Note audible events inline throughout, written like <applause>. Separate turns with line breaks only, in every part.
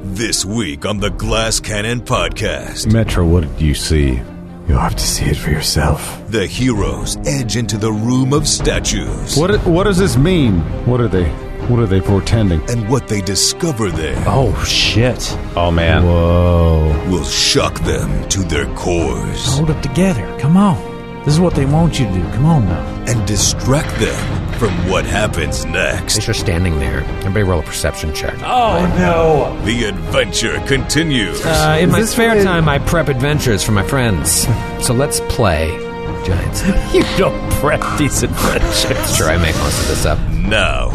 This week on the Glass Cannon Podcast,
Metro, what did you see?
You'll have to see it for yourself.
the heroes edge into the room of statues
What what does this mean? What are they? What are they portending?
and what they discover there
Oh, shit.
Oh man! Whoa!
will shock them to their cores
Hold it together. Come on. This is what they want you to do. Come on now.
and distract them from what happens next.
As you're standing there, everybody roll a perception check.
The adventure continues.
Uh, in my spare time, I prep adventures for my friends. <laughs> So let's play <laughs> Giants.
You don't prep these adventures.
Sure, I make most of this up.
Now,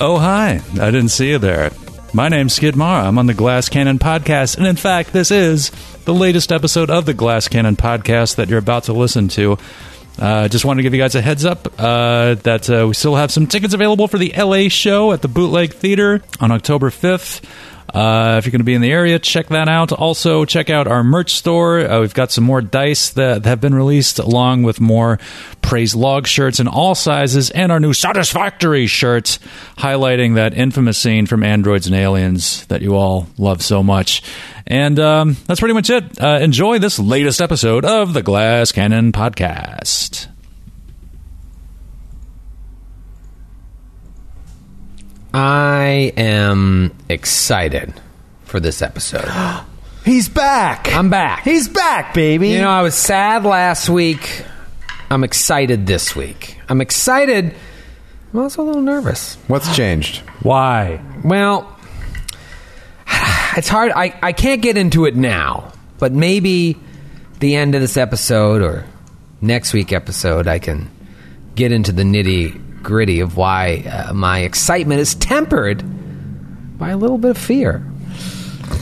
Oh, hi. I didn't see you there. My name's Skid Mara. I'm on the Glass Cannon Podcast, and in fact, this is the latest episode of the Glass Cannon Podcast that you're about to listen to. Uh, just wanted to give you guys a heads up uh, that uh, we still have some tickets available for the LA show at the Bootleg Theater on October 5th. Uh, if you're going to be in the area, check that out. Also, check out our merch store. Uh, we've got some more dice that, that have been released, along with more Praise Log shirts in all sizes and our new Satisfactory shirts, highlighting that infamous scene from Androids and Aliens that you all love so much. And um, that's pretty much it. Uh, enjoy this latest episode of the Glass Cannon Podcast.
I am excited for this <gasps> episode.
He's back.
I'm back.
He's back, baby.
You know, I was sad last week. I'm excited this week. I'm excited. I'm also a little nervous.
What's changed?
Why?
Well, it's hard. I, I can't get into it now, but maybe the end of this episode or next week episode, I can get into the nitty gritty of why uh, my excitement is tempered by a little bit of fear.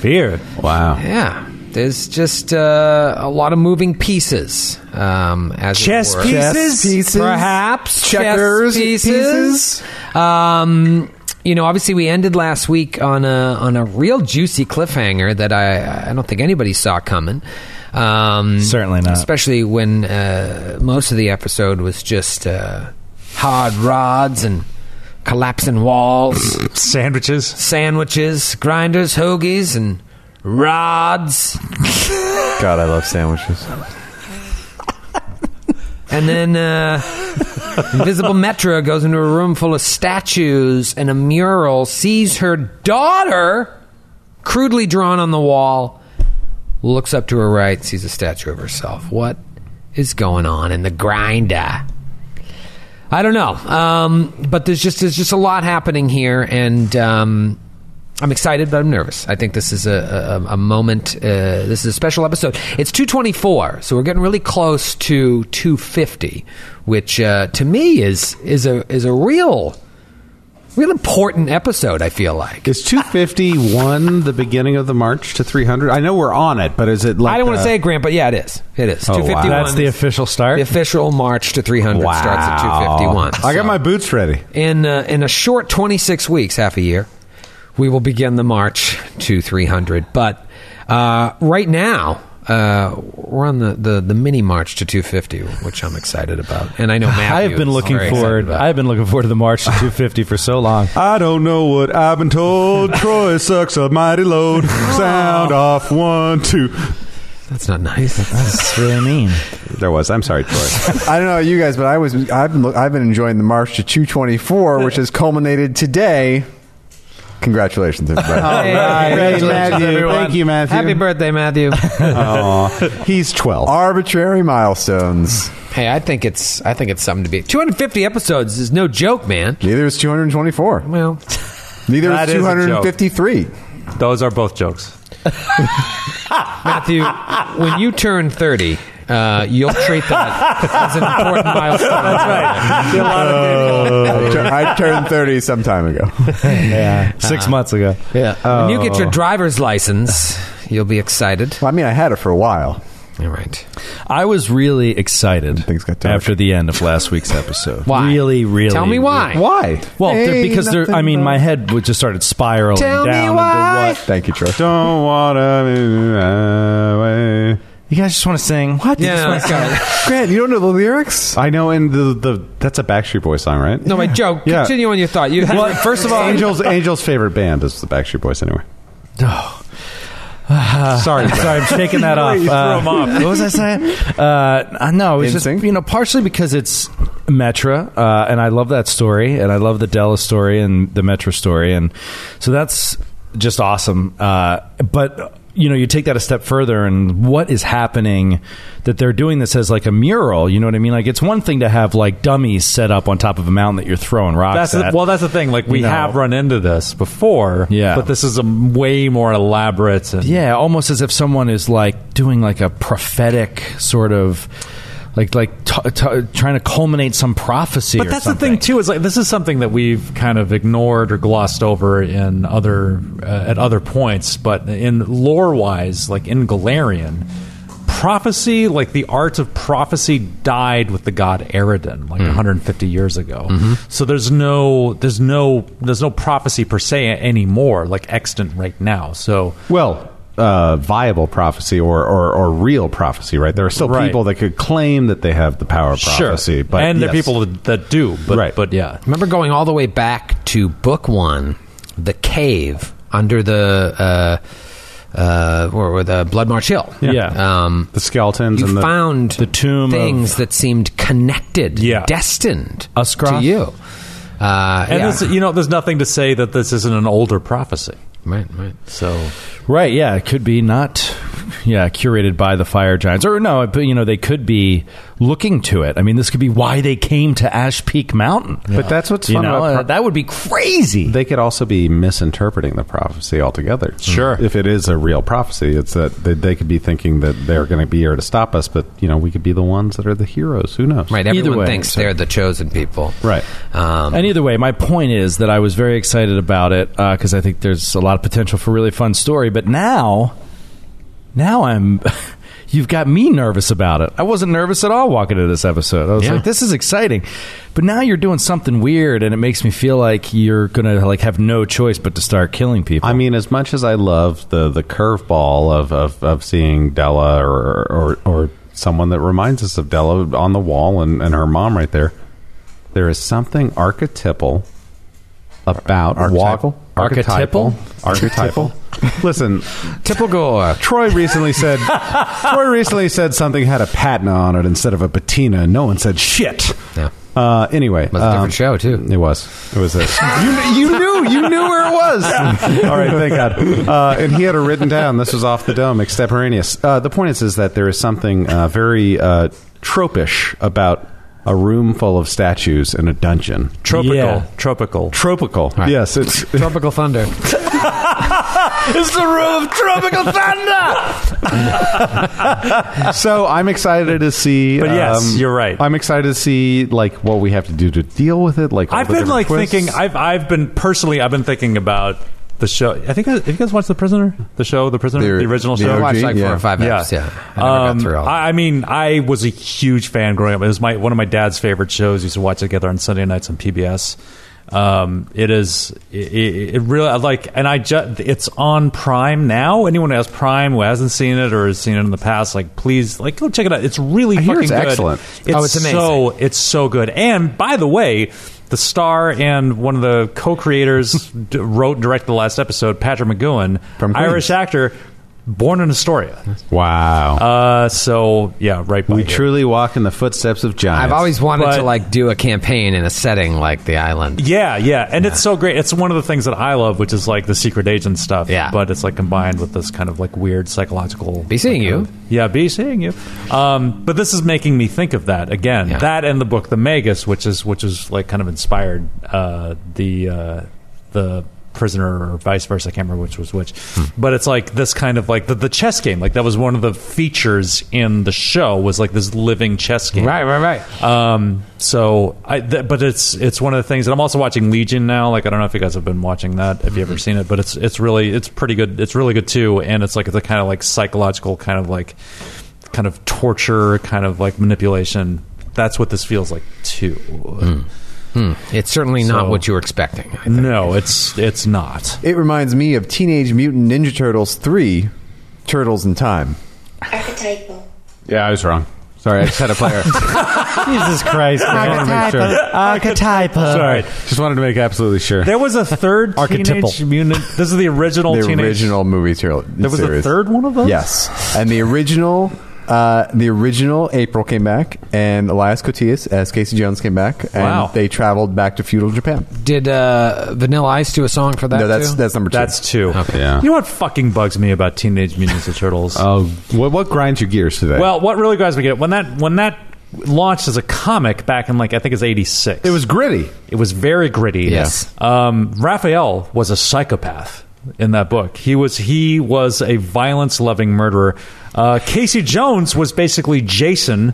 Fear.
Wow!
Yeah. There's just uh, a lot of moving pieces. Um, as it
Chess
were.
pieces? Chess pieces?
perhaps Chess
Checkers
pieces. Um, you know, obviously, we ended last week on a on a real juicy cliffhanger that I I don't think anybody saw coming. Um,
Certainly not.
Especially when uh, most of the episode was just uh, hard rods and collapsing walls
Sandwiches.
sandwiches, grinders, hoagies, and rods.
God, I love sandwiches.
And then uh, Invisible Metra goes into a room full of statues and a mural, sees her daughter crudely drawn on the wall, looks up to her right, sees a statue of herself. What is going on in the grinder? I don't know, um, but there's just there's just a lot happening here, and um, I'm excited, but I'm nervous. I think this is a, a, a moment. Uh, this is a special episode. It's 224, so we're getting really close to 250, which uh, to me is is a is a real, real important episode. I feel like
Is two fifty one the beginning of the march to three hundred? I know we're on it, but is it like
I don't want
uh,
to say it, Grant, but yeah, it is. It is.
Oh, wow.
251.
That's
the official start. The official march to 300
Wow!
starts at 251.
I got
so-
my boots ready.
In uh, in a short 26 weeks, half a year, we will begin the march to 300. But uh, right now, uh, we're on the, the, the mini march to 250, which I'm excited about. And I know Matthew.
I have been
is
looking
very
forward.
excited about.
I've been looking forward to the march to 250 for so long.
I don't know what I've been
<laughs>
told. Troy sucks a mighty load. Sound off one two.
That's not nice.
That's really mean.
There was. I'm
<laughs>
sorry, Troy.
<laughs> I don't know about you guys, but I was I've been I've been enjoying the march to 224, which has culminated today. Congratulations, everybody.
Hey,
Congratulations, Matthew. everyone. Thank you, Matthew.
Happy <laughs> birthday, Matthew.
Aw. He's twelve.
Arbitrary milestones.
hey, I think it's I think it's something to be. 250 episodes is no joke, man.
Neither is 224.
Well,
Neither
That
is
is a joke.
253.
Those are both jokes.
Matthew, when you turn 30, uh, you'll treat that as an important milestone. That's right.
<laughs> I tur- I turned 30 some time ago.
Yeah, six months ago.
When you get your driver's license, you'll be excited.
Well, I mean, I had it for a while.
All right.
I was really excited
Things got dark.
after the end of last week's episode.
Why?
Really, really.
Tell me why.
Why?
Well, they're-
Hey,
because they're, I
nothing
mean,
about-
my head would just started spiraling
Tell me
down
why.
into what.
Thank you, Troy.
Don't wanna be my way.
You guys just want to sing? What? You
Yeah,
just wanna
let's go.
<laughs> Grant, you don't know the lyrics?
I know, and the, the that's a Backstreet Boy song, right?
No, wait, Joe.
Yeah.
Continue on your thought. You
Well, first of all, Angel's Angel's favorite band is the Backstreet Boys, anyway.
Sorry, sorry, I'm shaking <laughs> that off. Uh, What was I saying? Uh, I know it's just
Instinct?
you know partially because it's Metra, uh, and I love that story, and I love the Della story and the Metra story, and so that's just awesome. Uh, but you know, you take that a step further, and what is happening that they're doing this as like a mural? You know what I mean? Like it's one thing to have like dummies set up on top of a mountain that you're throwing rocks
That's the,
at.
well, that's the thing. Like we
You know.
have run into this before,
Yeah.
But this is a m- way more elaborate. And,
Yeah, almost as if someone is like doing like a prophetic sort of like like t- t- trying to culminate some prophecy.
But
or
that's
something.
the thing too. Is like this is something that we've kind of ignored or glossed over in other uh, at other points. But in lore wise, like in Galarian, prophecy, like the art of prophecy, died with the god Eridan like 150 years ago. So there's no there's no there's no prophecy per se anymore, like extant right now. So
Well, uh, viable prophecy or, or or real prophecy, right? There are still
Right.
people that could claim that they have the power of prophecy, but
and the
yes.
people that do, but
Right.
but yeah,
Remember going all the way back to book one, the cave under the uh, uh, or, or the Blood March Hill.
Yeah.
Um,
the skeletons
you
and the
found the
tomb
things that seemed connected,
Yeah.
destined
Ascroft?
to you. Uh,
and
yeah.
this, you know, there's nothing to say that this isn't an older prophecy.
right, right.
So
right? Yeah, it could be not. Yeah, curated by the fire giants, or no? But you know, they could be looking to it. I mean, this could be why they came to Ash Peak Mountain.
But that's what's
you
fun
know,
about
uh,
pro-
that would be crazy.
they could also be misinterpreting the prophecy altogether.
Sure.
If it is a real prophecy, it's that they, they could be thinking that they're going to be here to stop us, but, you know, we could be the ones that are the heroes. Who knows?
Right.
Either
Everyone
way,
thinks
so-
they're the chosen people.
Right.
Um,
And either way, my point is that I was very excited about it because I think there's a lot of potential for a really fun story. But now, now I'm, <laughs> you've got me nervous about it. I wasn't nervous at all walking into this episode. I was
Yeah.
like, this is exciting. But now you're doing something weird, and it makes me feel like you're gonna like have no choice but to start killing people.
I mean, as much as I love the the curveball of, of, of seeing Della or, or or someone that reminds us of Della on the wall and, and her mom right there, there is something archetypal about
Archetypal?
walk- archetypal archetypal. Listen,
<laughs> typical. uh,
Troy recently <laughs> said Troy recently said something had a patina on it instead of a patina. and No one said shit.
Yeah.
Uh, anyway,
Was a different show, too.
It was. It was this. <laughs> you, you knew. You knew where it was. <laughs> All right, thank God. Uh, and he had it written down. This was off the dome, extemporaneous. Uh, the point is, is that there is something uh, very uh, tropish about a room full of statues in a dungeon.
tropical,
Yeah.
tropical.
Tropical. Yes, it's
Tropical
<laughs>
thunder.
it's the room of tropical thunder.
so I'm excited to see. um,
But yes, you're right.
I'm excited to see like what we have to do to deal with it. Like all
I've
the
been
different
like
twists.
thinking. I've I've been personally. I've been thinking about the show. I think have you guys watched the Prisoner? The show, the Prisoner, the,
The-
original
the
show.
OG?
Watched like four
yeah.
or five
Yeah,
episodes. Yeah. I never got
Um,
through all of it.
I, I mean, I was a huge fan growing up. It was my one of my dad's favorite shows. We used to watch it together on Sunday nights on PBS. Um, it is it, it, it really I like, and I just it's on Prime now. Anyone who has Prime who hasn't seen it or has seen it in the past, like please, like go check it out. It's really
I hear it's
fucking good.
excellent.
It's,
Oh, it's amazing.
so it's so good. And by the way. The star and one of the co-creators <laughs> d- wrote and directed the last episode, Patrick McGowan,
From Queens.
Irish actor, born in Astoria.
Wow.
Uh, so yeah, right. By
we
here.
truly walk in the footsteps of giants.
I've always wanted to
But-
like do a campaign in a setting like the island.
Yeah, yeah, and it's so great. It's one of the things that I love, which is like the secret agent stuff.
Yeah.
but it's like combined with this kind of like weird psychological.
Be seeing
like,
you.
uh, yeah, be seeing you. Um, but this is making me think of that again.
Yeah.
That and the book, The Magus, which is which is like kind of inspired uh, the uh, the prisoner or vice versa. I can't remember which was which.
Hmm.
But it's like this kind of like the, the chess game. Like that was one of the features in the show was like this living chess game.
Right, right, right.
Um, so I, th- but it's it's one of the things, and I'm also watching Legion now. Like I don't know if you guys have been watching that, if you ever seen it, but it's it's really it's pretty good. It's really good too, and it's like it's a kind of like psychological kind of like kind of torture, kind of like manipulation. That's what this feels like too.
It's certainly not
So-
what you were expecting. I think.
No, it's it's not.
It reminds me of Teenage Mutant Ninja Turtles 3 Turtles in Time.
Archetypal.
Yeah, I was wrong. Sorry, I just had a <laughs> player.
Jesus Christ!
I wanted to make sure.
Archetypal.
Sorry, just wanted to make absolutely sure.
There was a third
Archetypal.
Teenage Mutant. This is the original
The
Teenage.
original movie turtle.
There was a third one of those.
Yes, and the original, uh, the original April came back, and Elias Cotillas as Casey Jones came back, and
Wow.
they traveled back to feudal Japan.
Did uh, Vanilla Ice do a song for that?
no, that's
too?
that's number two.
That's two.
Okay.
Yeah.
You know what fucking bugs me about Teenage Mutant Ninja Turtles?
Oh, what, what grinds your gears today?
well, what really guys we get when that when that launched as a comic back in like I think it's eighty six.
it was gritty.
It was very gritty.
Yes.
Um, Raphael was a psychopath in that book. He was he was a violence loving murderer. Uh, Casey Jones was basically Jason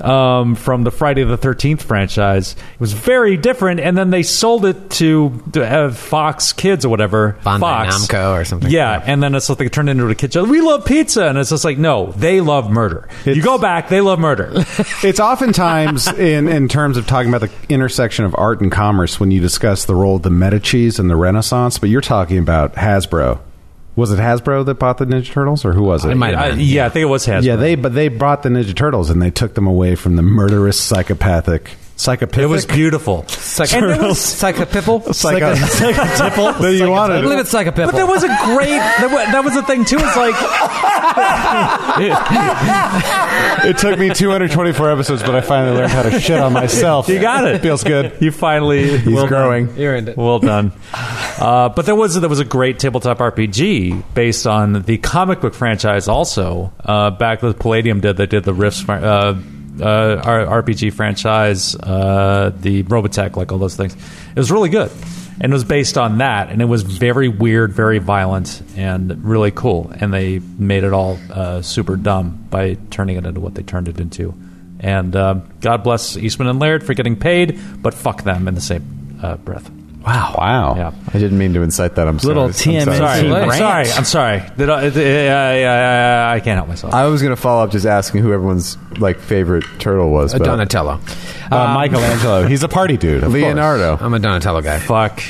um, from the Friday the Thirteenth franchise. It was very different, and then they sold it to, to have Fox Kids or whatever.
Bandai
Fox
Namco or something.
Yeah, and then it's like they turned into a kid show. We love pizza, and it's just like no, they love murder. you
It's-
go back, they
<laughs>
love murder.
It's
<laughs>
oftentimes in, in terms of talking about the intersection of art and commerce when you discuss the role of the Medici's and the Renaissance, but you're talking about Hasbro. Was it Hasbro that bought the Ninja Turtles, or who was it?
It might have
I,
been.
Uh, yeah, I think it was Hasbro.
Yeah, they but they brought the Ninja Turtles and they took them away from the murderous, psychopathic, psychopathic.
It was beautiful.
Psych-
And
<laughs>
there was-
Psychopipple?
psycho, psychopipple. <laughs> that you
I
wanted.
believe it's Psychopipple.
But there was a great. That wa- that was the thing too. It's like
It took me 224 episodes, but I finally learned how to shit on myself.
you got it.
Feels good.
You finally. He's
growing.
Done.
You're into it.
Well <laughs> done. Uh, but there was there was a great tabletop RPG based on the comic book franchise. Also, uh, back that Palladium did, they did the Rifts fr- uh, uh, R- RPG franchise, uh, the Robotech, like all those things. It was really good, and it was based on that, and it was very weird, very violent, and really cool. And they made it all uh, super dumb by turning it into what they turned it into. And uh, God bless Eastman and Laird for getting paid, but fuck them in the same uh, breath.
Wow. Wow.
Yeah.
I didn't mean to incite that. I'm sorry.
Little
I'm
TMNT.
sorry.
Sorry,
Sorry,
I'm
Lance.
sorry. I'm sorry. Did I, did- I, I- I- I can't help myself.
I was going to follow up just asking who everyone's like favorite turtle was.
a
but-
Donatello.
Uh,
um,
Michelangelo. He's a party dude. Of
Leonardo.
I'm a Donatello guy.
Fuck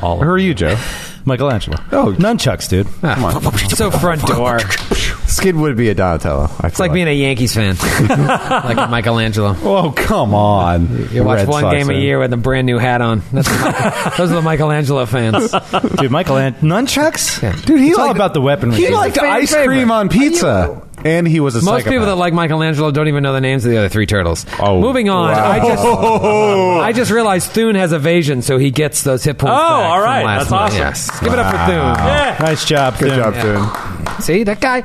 all.
Course. Who
Of
are you, Joe?
Michelangelo.
Oh.
nunchucks, dude.
Come on.
Ah. So front door. It's
Skid would be a Donatello. I feel
like being a Yankees <laughs> fan. like a Michelangelo.
Oh, come on.
You watch
Red
one
Sox
game a
fan.
year with a brand new hat on. That's the <laughs> Michael- those are the Michelangelo fans.
Dude, Michelangelo. Nunchucks?
Yeah.
Dude, he it's all about the weaponry.
He
dude.
liked
fan
ice
favorite.
cream on pizza. And he was a
Most people that
psychopath.
like Michelangelo don't even know the names of the other three turtles.
Oh.
Moving on.
Wow.
I just
Oh.
I
<laughs>
just realized Thune has evasion, so he gets those hit points.
Oh,
back
all
from
right.
last
That's
night.
awesome.
Yes. Give it up for Thune.
Nice job.
Good
Tim.
job, Finn.
See that guy?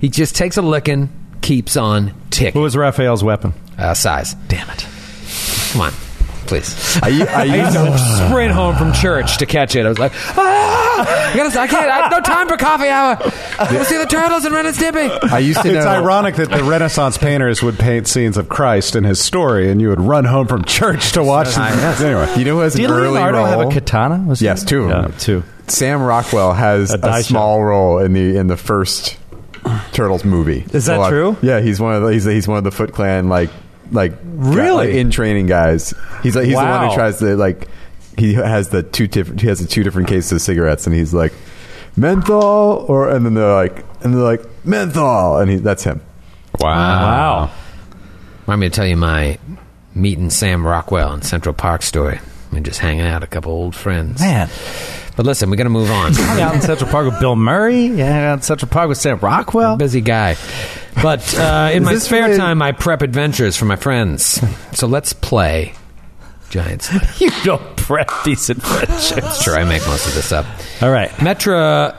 He just takes a licking, keeps on
What
ticking.
was Raphael's weapon?
Uh, size. Damn it. Come on,
<laughs>
please.
I, u- I
I
used
used
to,
to sprint home from church to catch it. I was like, ah! I, gotta, I can't. I have no time for coffee hour. We'll see the turtles and Ren and Stimpy.
I used to know.
It's ironic that the Renaissance painters would paint scenes of Christ in his story, and you would run home from church to watch them. Anyway,
You know who has
Did
an early
Leonardo
role?
have a katana? Was he-
Yes, two of them.
Yeah, two.
Sam Rockwell has
A
a,
die
small role in the in the first Turtles movie.
Is that
So, like,
true?
yeah, he's one of the, he's he's one of the Foot Clan like like
Really?
guy- in training guys. He's like he's the one
Wow.
who tries to like he has the two different he has the two different cases of cigarettes and he's like menthol or and then they're like and they're like menthol and he, that's him.
Wow.
I'm going to tell you my meeting Sam Rockwell in Central Park story. I mean, just hanging out, a couple old friends.
Man.
But listen, we got to move on.
Hung out in Central Park with Bill Murray. <laughs> Yeah, hung out in Central Park with Sam Rockwell.
Busy guy. But
<laughs>
uh, in my
this
spare
related-
time, I prep adventures for my friends. So let's play
<laughs>
Giants.
You don't prep decent friendships.
Sure, I make most of this up.
All right.
Metra,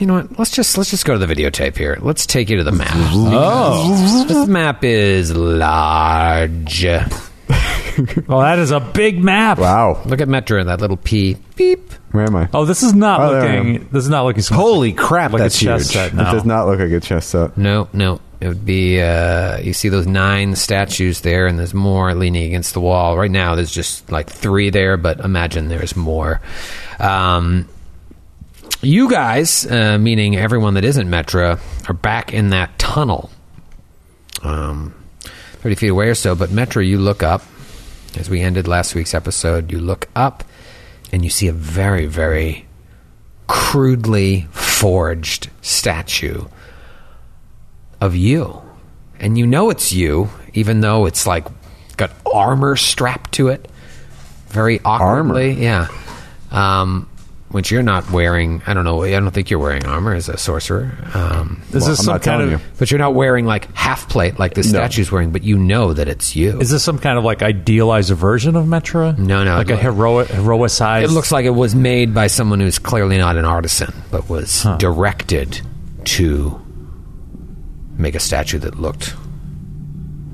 you know what? Let's just let's just go to the videotape here. Let's take you to the map.
Oh.
This map is large.
Well, that is a big map.
Wow,
Look at Metra, that little P. Beep.
where am I?
Oh, this is not
Oh, there I
looking. This is not looking.
Holy crap,
Like a
that's
chess
huge.
set.
It does not look like a chess set.
No, no. It would be uh, you see those nine statues there, and there's more leaning against the wall. Right now, there's just like three there, but imagine there's more. Um, you guys, uh, meaning everyone that isn't Metra, are back in that tunnel. um, 30 feet away or so. But Metro, you look up. As we ended last week's episode, you look up and you see a very, very crudely forged statue of you. And you know it's you, even though it's like got armor strapped to it. Very awkwardly. Yeah. Um, which you're not wearing. I don't know. I don't think you're wearing armor as a sorcerer. Um,
Is this
I'm
some
not
kind of
telling
but you're not wearing like half plate like the statue's wearing, but you know that it's you.
Is this some kind of like idealized version of Metra?
No, no,
like
it
a
look-
heroic heroicized.
it looks like it was made by someone who's clearly not an artisan, but was directed to make a statue that looked.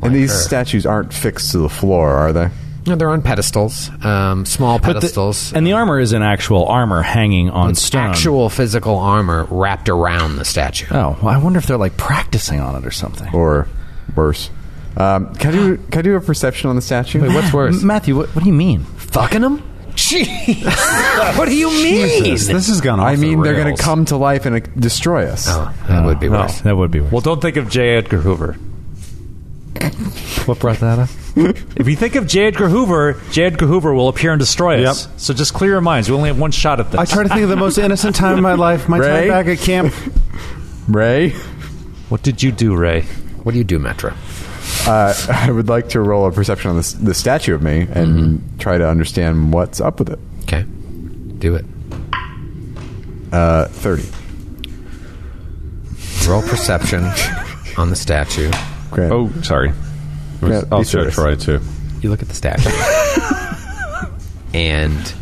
and these
her.
statues aren't fixed to the floor, are they?
No, they're on pedestals, um, small
But the-
pedestals,
and the armor is an actual armor hanging on stone.
actual physical armor wrapped around the statue.
Oh, well, I wonder if they're like practicing on it or something.
Or worse? Um, can I do can I do a perception on the statue?
Wait, what's worse?
<laughs> M- Matthew, what, what do you mean?
Fucking them? Jeez, what do you mean?
Jesus, this has gone. Off
<laughs> I mean,
the
they're going
rails.
to come to life and uh, destroy us.
Oh, that would be
Oh,
worse.
That would be worse.
Well, don't think of J. Edgar Hoover.
what brought that up?
If you think of J. Edgar Hoover, J. Edgar Hoover will appear and destroy us. So just clear your minds. We only have one shot at this.
I try to think of the most innocent time of my life. My
Ray?
time back at camp.
Ray,
what did you do, Ray?
What do you do, Metra?
uh, I would like to roll a perception on this the statue of me and try to understand what's up with it.
Okay, do it.
Uh, Thirty.
Roll perception
<laughs>
on the statue.
Grant,
Oh, sorry.
Yeah,
I'll
be
show
serious.
Troy too.
You look at the statue. and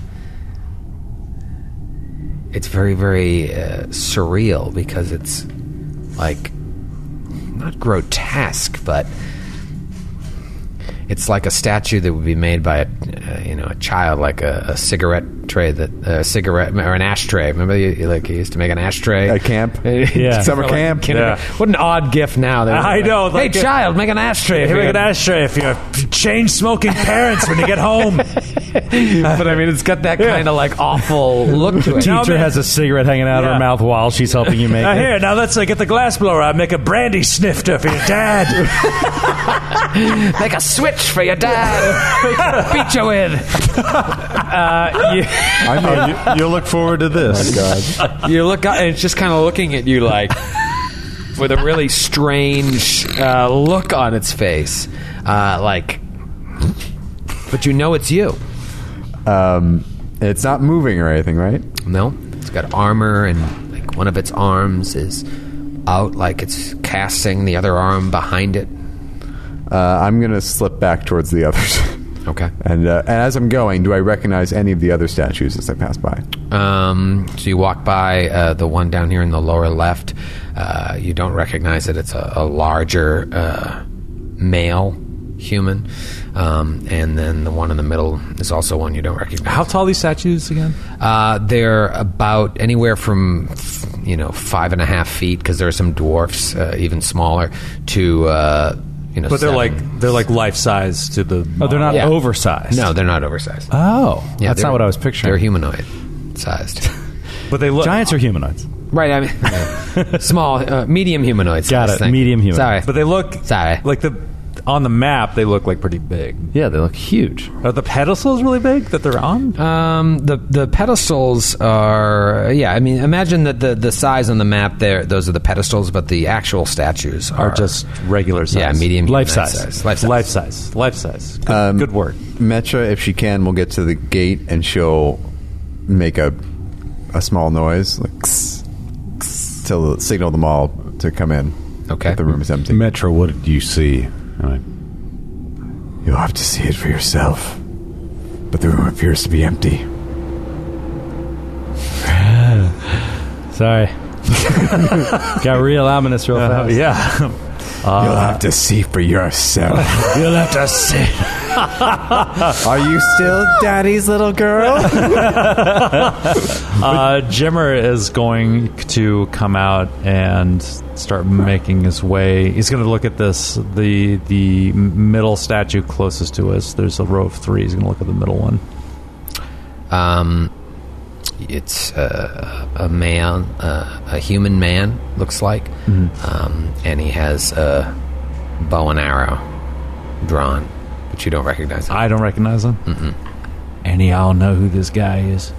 it's very, very uh, surreal because it's like not grotesque, but it's like a statue that would be made by a uh, you know a child, like a, a cigarette tray that a cigarette or an ashtray. Remember, you, you, like you used to make an ashtray
At
<laughs>
camp?
Yeah.
For,
Summer
like,
camp?
kindergarten.
Yeah.
What an odd gift now. They were
I
like,
know,
Hey,
like-
child, make an ashtray. if
Here
you're
we
gonna-
can ask you if you change smoking parents when you get home.
but I mean, it's got that kind of like awful look to it.
No,
Teacher
man.
has a cigarette hanging out of
Yeah.
her mouth while she's helping you <laughs> make
Now
it.
here, now let's uh, get the glass blower out. and Make a brandy snifter for your dad.
Make a switch for your dad. Beat you in. Oh,
you, will look forward to this.
<laughs> You look up, and it's just kind of looking at you like with a really strange uh, look on its face, uh, like. But you know it's you.
Um, <laughs> it's not moving or anything, right?
No, it's got armor, and like one of its arms is out, like it's casting the other arm behind it.
Uh, I'm going to slip back towards the others. <laughs>
Okay.
and, uh, and as I'm going, do I recognize any of the other statues as I pass by?
Um, so you walk by uh, the one down here in the lower left. Uh, you don't recognize it. It's a, a larger uh, male human, um, and then the one in the middle is also one you don't recognize.
<laughs> How tall are these statues again?
Uh, they're about anywhere from you know five and a half feet because there are some dwarfs uh, even smaller to uh, you know.
But they're
seven.
like they're like life size to the.
Oh, they're not
Yeah.
oversized.
no, they're not oversized.
Oh, that's
they're-
not what I was
They're
picturing.
humanoid sized.
But they look.
Giants are humanoids.
Right, <laughs> I mean, small, uh, medium humanoids.
Got
this
it, medium humanoid.
Sorry,
But they look
Sorry.
like the on the map. They look like pretty big.
Yeah, they look huge.
Are the pedestals really big that they're on?
Um, the the pedestals are yeah. I mean, imagine that the the size on the map there. Those are the pedestals, but the actual statues are,
Are just regular size.
yeah, medium
Life
human
size.
Life size.
Life size. Life size. Good, good word.
Metra, if she can, will get to the gate and she'll make a, a small noise, like, to signal them all to come in.
Okay.
If the room is empty.
Metro, what did you see? And I-
You'll have to see it for yourself. But the room appears to be empty.
<laughs> Sorry. Got real ominous real fast.
yeah.
<laughs> You'll have to see for yourself. <laughs>
You'll have to see.
Are you still
Oh.
daddy's little girl?
Uh, Jimmer is going to come out and start making his way. He's going to look at this the the middle statue closest to us. There's a row of three. He's going to look at the middle one.
Um, it's uh, a man,
Mm-hmm.
uh, a human man, looks like, um, and he has a bow and arrow drawn, but you don't recognize him.
I don't recognize him. Mm-mm. And y'all know who this guy is.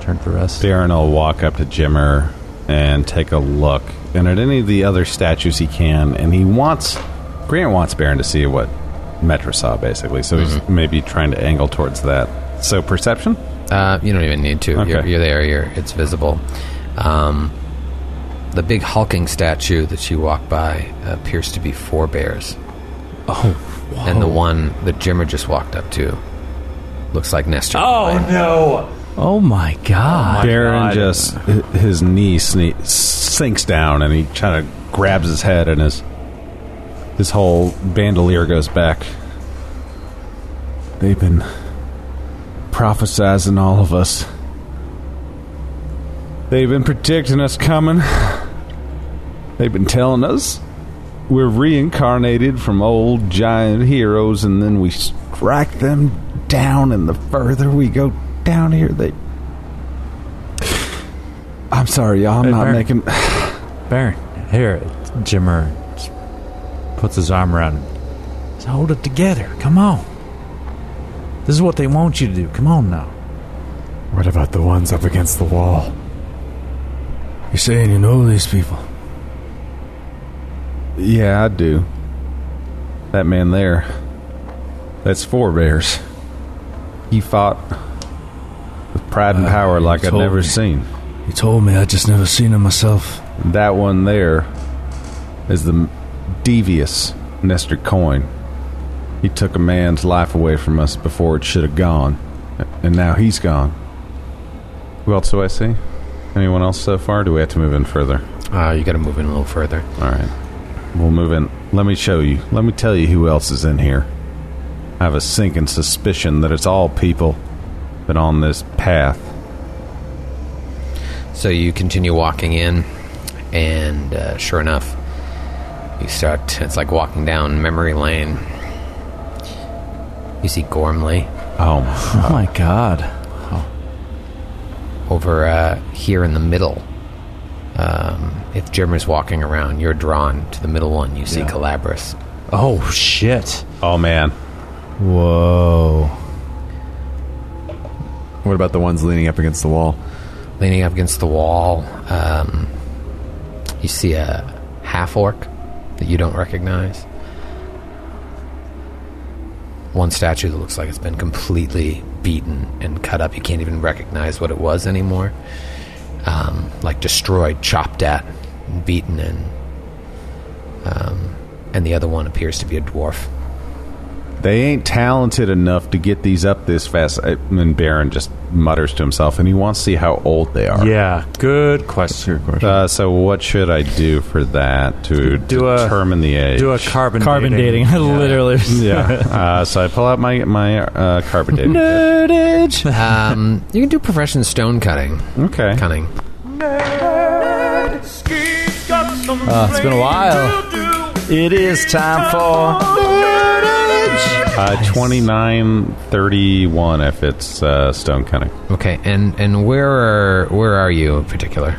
Turn to the rest.
Darren will walk up to Jimmer and take a look, and at any of the other statues he can, and he wants Grant wants Baron to see what Metra saw basically, so he's maybe trying to angle towards that. So perception,
Uh, you don't even need to. You're,
Okay.
you're there. You're, it's visible. Um, the big hulking statue that you walk by appears to be four bears. Oh, And the one that Jimmer just walked up to looks like Nestor.
no!
Oh my god!
Baron
God.
just hi- his knee sne- sinks down, and he kind of grabs his head, and his his whole bandolier goes back. They've been prophesizing all of us. They've been predicting us coming. They've been telling us we're reincarnated from old giant heroes, and then we strike them down, and the further we go down here, they. I'm sorry, y'all. I'm
Hey,
not
Baron.
making.
Baron, here, it's Jimmer puts his arm around him. Just hold it together. Come on. This is what they want you to do. Come on now.
What about the ones up against the wall?
You're saying you know these people.
Yeah, I do. That man there. That's four bears. He fought with pride and power
you
like I've
Uh, told
never
me.
seen.
You told me I just never seen them myself.
That one there is the devious Nestor Coin. He took a man's life away from us before it should have gone, and now he's gone. Who else do I see? Anyone else so far? Do we have to move in further?
Uh, you got to move in a little further.
All right. We'll move in. Let me show you. Let me tell you who else is in here. I have a sinking suspicion that it's all people that on this path.
So you continue walking in, and uh, sure enough, you start. It's like walking down memory lane. You see Gormley
Oh, my-
Oh my god!
over uh, here in the middle. Um, if Jimmer's walking around, you're drawn to the middle one. You see Calabras.
Oh, shit.
oh man.
Whoa!
What about the ones leaning up against the wall?
leaning up against the wall. Um, you see a half orc that you don't recognize. One statue that looks like it's been completely beaten and cut up. You can't even recognize what it was anymore. Um, like destroyed, chopped at, beaten, and um, and the other one appears to be a dwarf.
They ain't talented enough to get these up this fast. I- And Baron just mutters to himself, and he wants to see how old they are.
Yeah, good question.
Uh, so what should I do for that to
Do a-
determine the age?
Do a carbon
Carbon dating, <laughs> literally.
<laughs>
<laughs>
yeah. Uh, so I pull out my my uh, carbon dating. kit.
Nerdage.
Um, you can do profession stone cutting,
Okay.
cunning.
it's been a while. It is time for
Uh, twenty nine thirty one. If it's uh, stone cutting.
Okay, and and where are where are you in particular?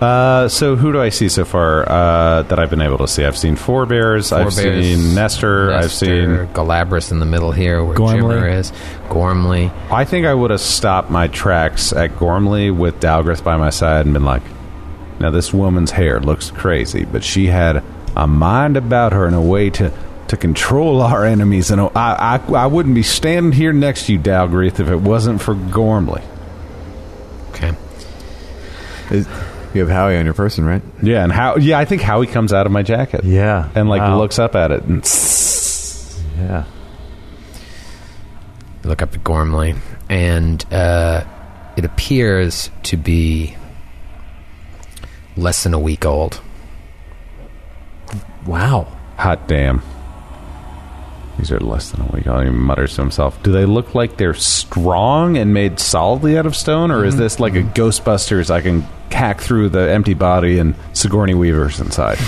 Uh, so who do I see so far uh, that I've been able to see? I've seen Four Bears. I've
Forebears,
seen Nestor, I've
Nestor,
seen.
Galabras in the middle here, where
Gormley.
Jimmer is. Gormley.
I think I would have stopped my tracks at Gormley with Dalgrith by my side and been like, "Now this woman's hair looks crazy, but she had a mind about her and a way to." To control <laughs> our enemies, and I, I, I wouldn't be standing here next to you, Dalgrith, if it wasn't for Gormley.
Okay.
Is, you have Howie on your person, right?
Yeah, and how? Yeah, I think Howie comes out of my jacket.
Yeah.
and like
Wow.
looks up at it and
Yeah.
You look up at Gormley, and uh, it appears to be less than a week old.
Wow.
Hot damn. These are less than a week old. He mutters to himself. Do they look like they're strong and made solidly out of stone, or is this like a Ghostbusters? I can hack through the empty body and Sigourney Weaver's <laughs> inside.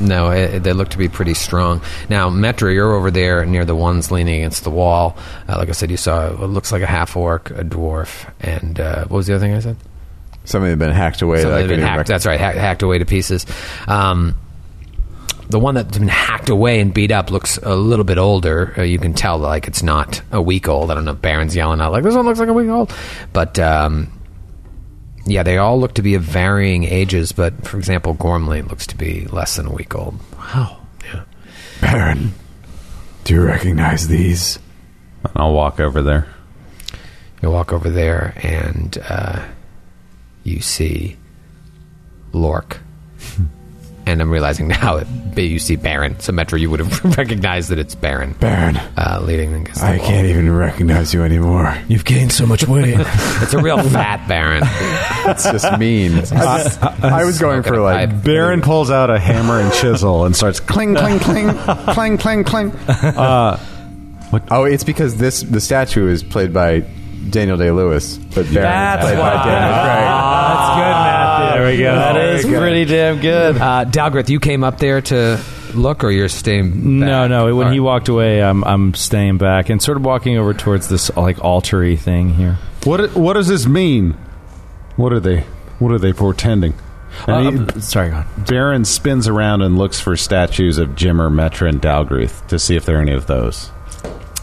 No, eh, they look to be pretty strong. Now, Metra, you're over there near the ones leaning against the wall. Uh, like I said, you saw it looks like a half orc, a dwarf, and uh, what was the other thing I said?
Somebody had been hacked away. that
Something that
I
had
couldn't
been
even
hacked.
recognize.
That's right, hacked, hacked away to pieces. Um, the one that's been hacked away and beat up looks a little bit older. Uh, you can tell like it's not a week old. I don't know. if Baron's yelling out like this one looks like a week old, but um, yeah, they all look to be of varying ages. But for example, Gormley looks to be less than a week old.
Baron, do you recognize these?
I'll walk over there.
You walk over there and uh, you see Lork. and I'm realizing now that b- you see Baron. Symmetra, you would have <laughs> recognized that it's Baron
Baron,
uh, leading against the
I
wall.
can't even recognize you anymore.
You've gained so much weight.
It's a real fat Baron.
<laughs> That's just mean. I, I was going for like
Baron pulls out a hammer and chisel and starts cling, cling, <laughs> cling, clang, clang, clang.
Oh, it's because this the statue is played by Daniel Day Lewis, but Baron
That's
is played by
why.
Daniel Craig.
That's good, Matt. There we go. That is pretty damn good.
Uh, Dalgrith, you came up there to look, or you're staying.
No,
back?
no. When
All
he
right.
walked away, I'm I'm staying back and sort of walking over towards this like altary thing here.
What What does this mean? What are they? What are they portending? And he-
Uh, sorry, go on.
Baron spins around and looks for statues of Jimmer, Metra, and Dalgruth to see if there are any of those.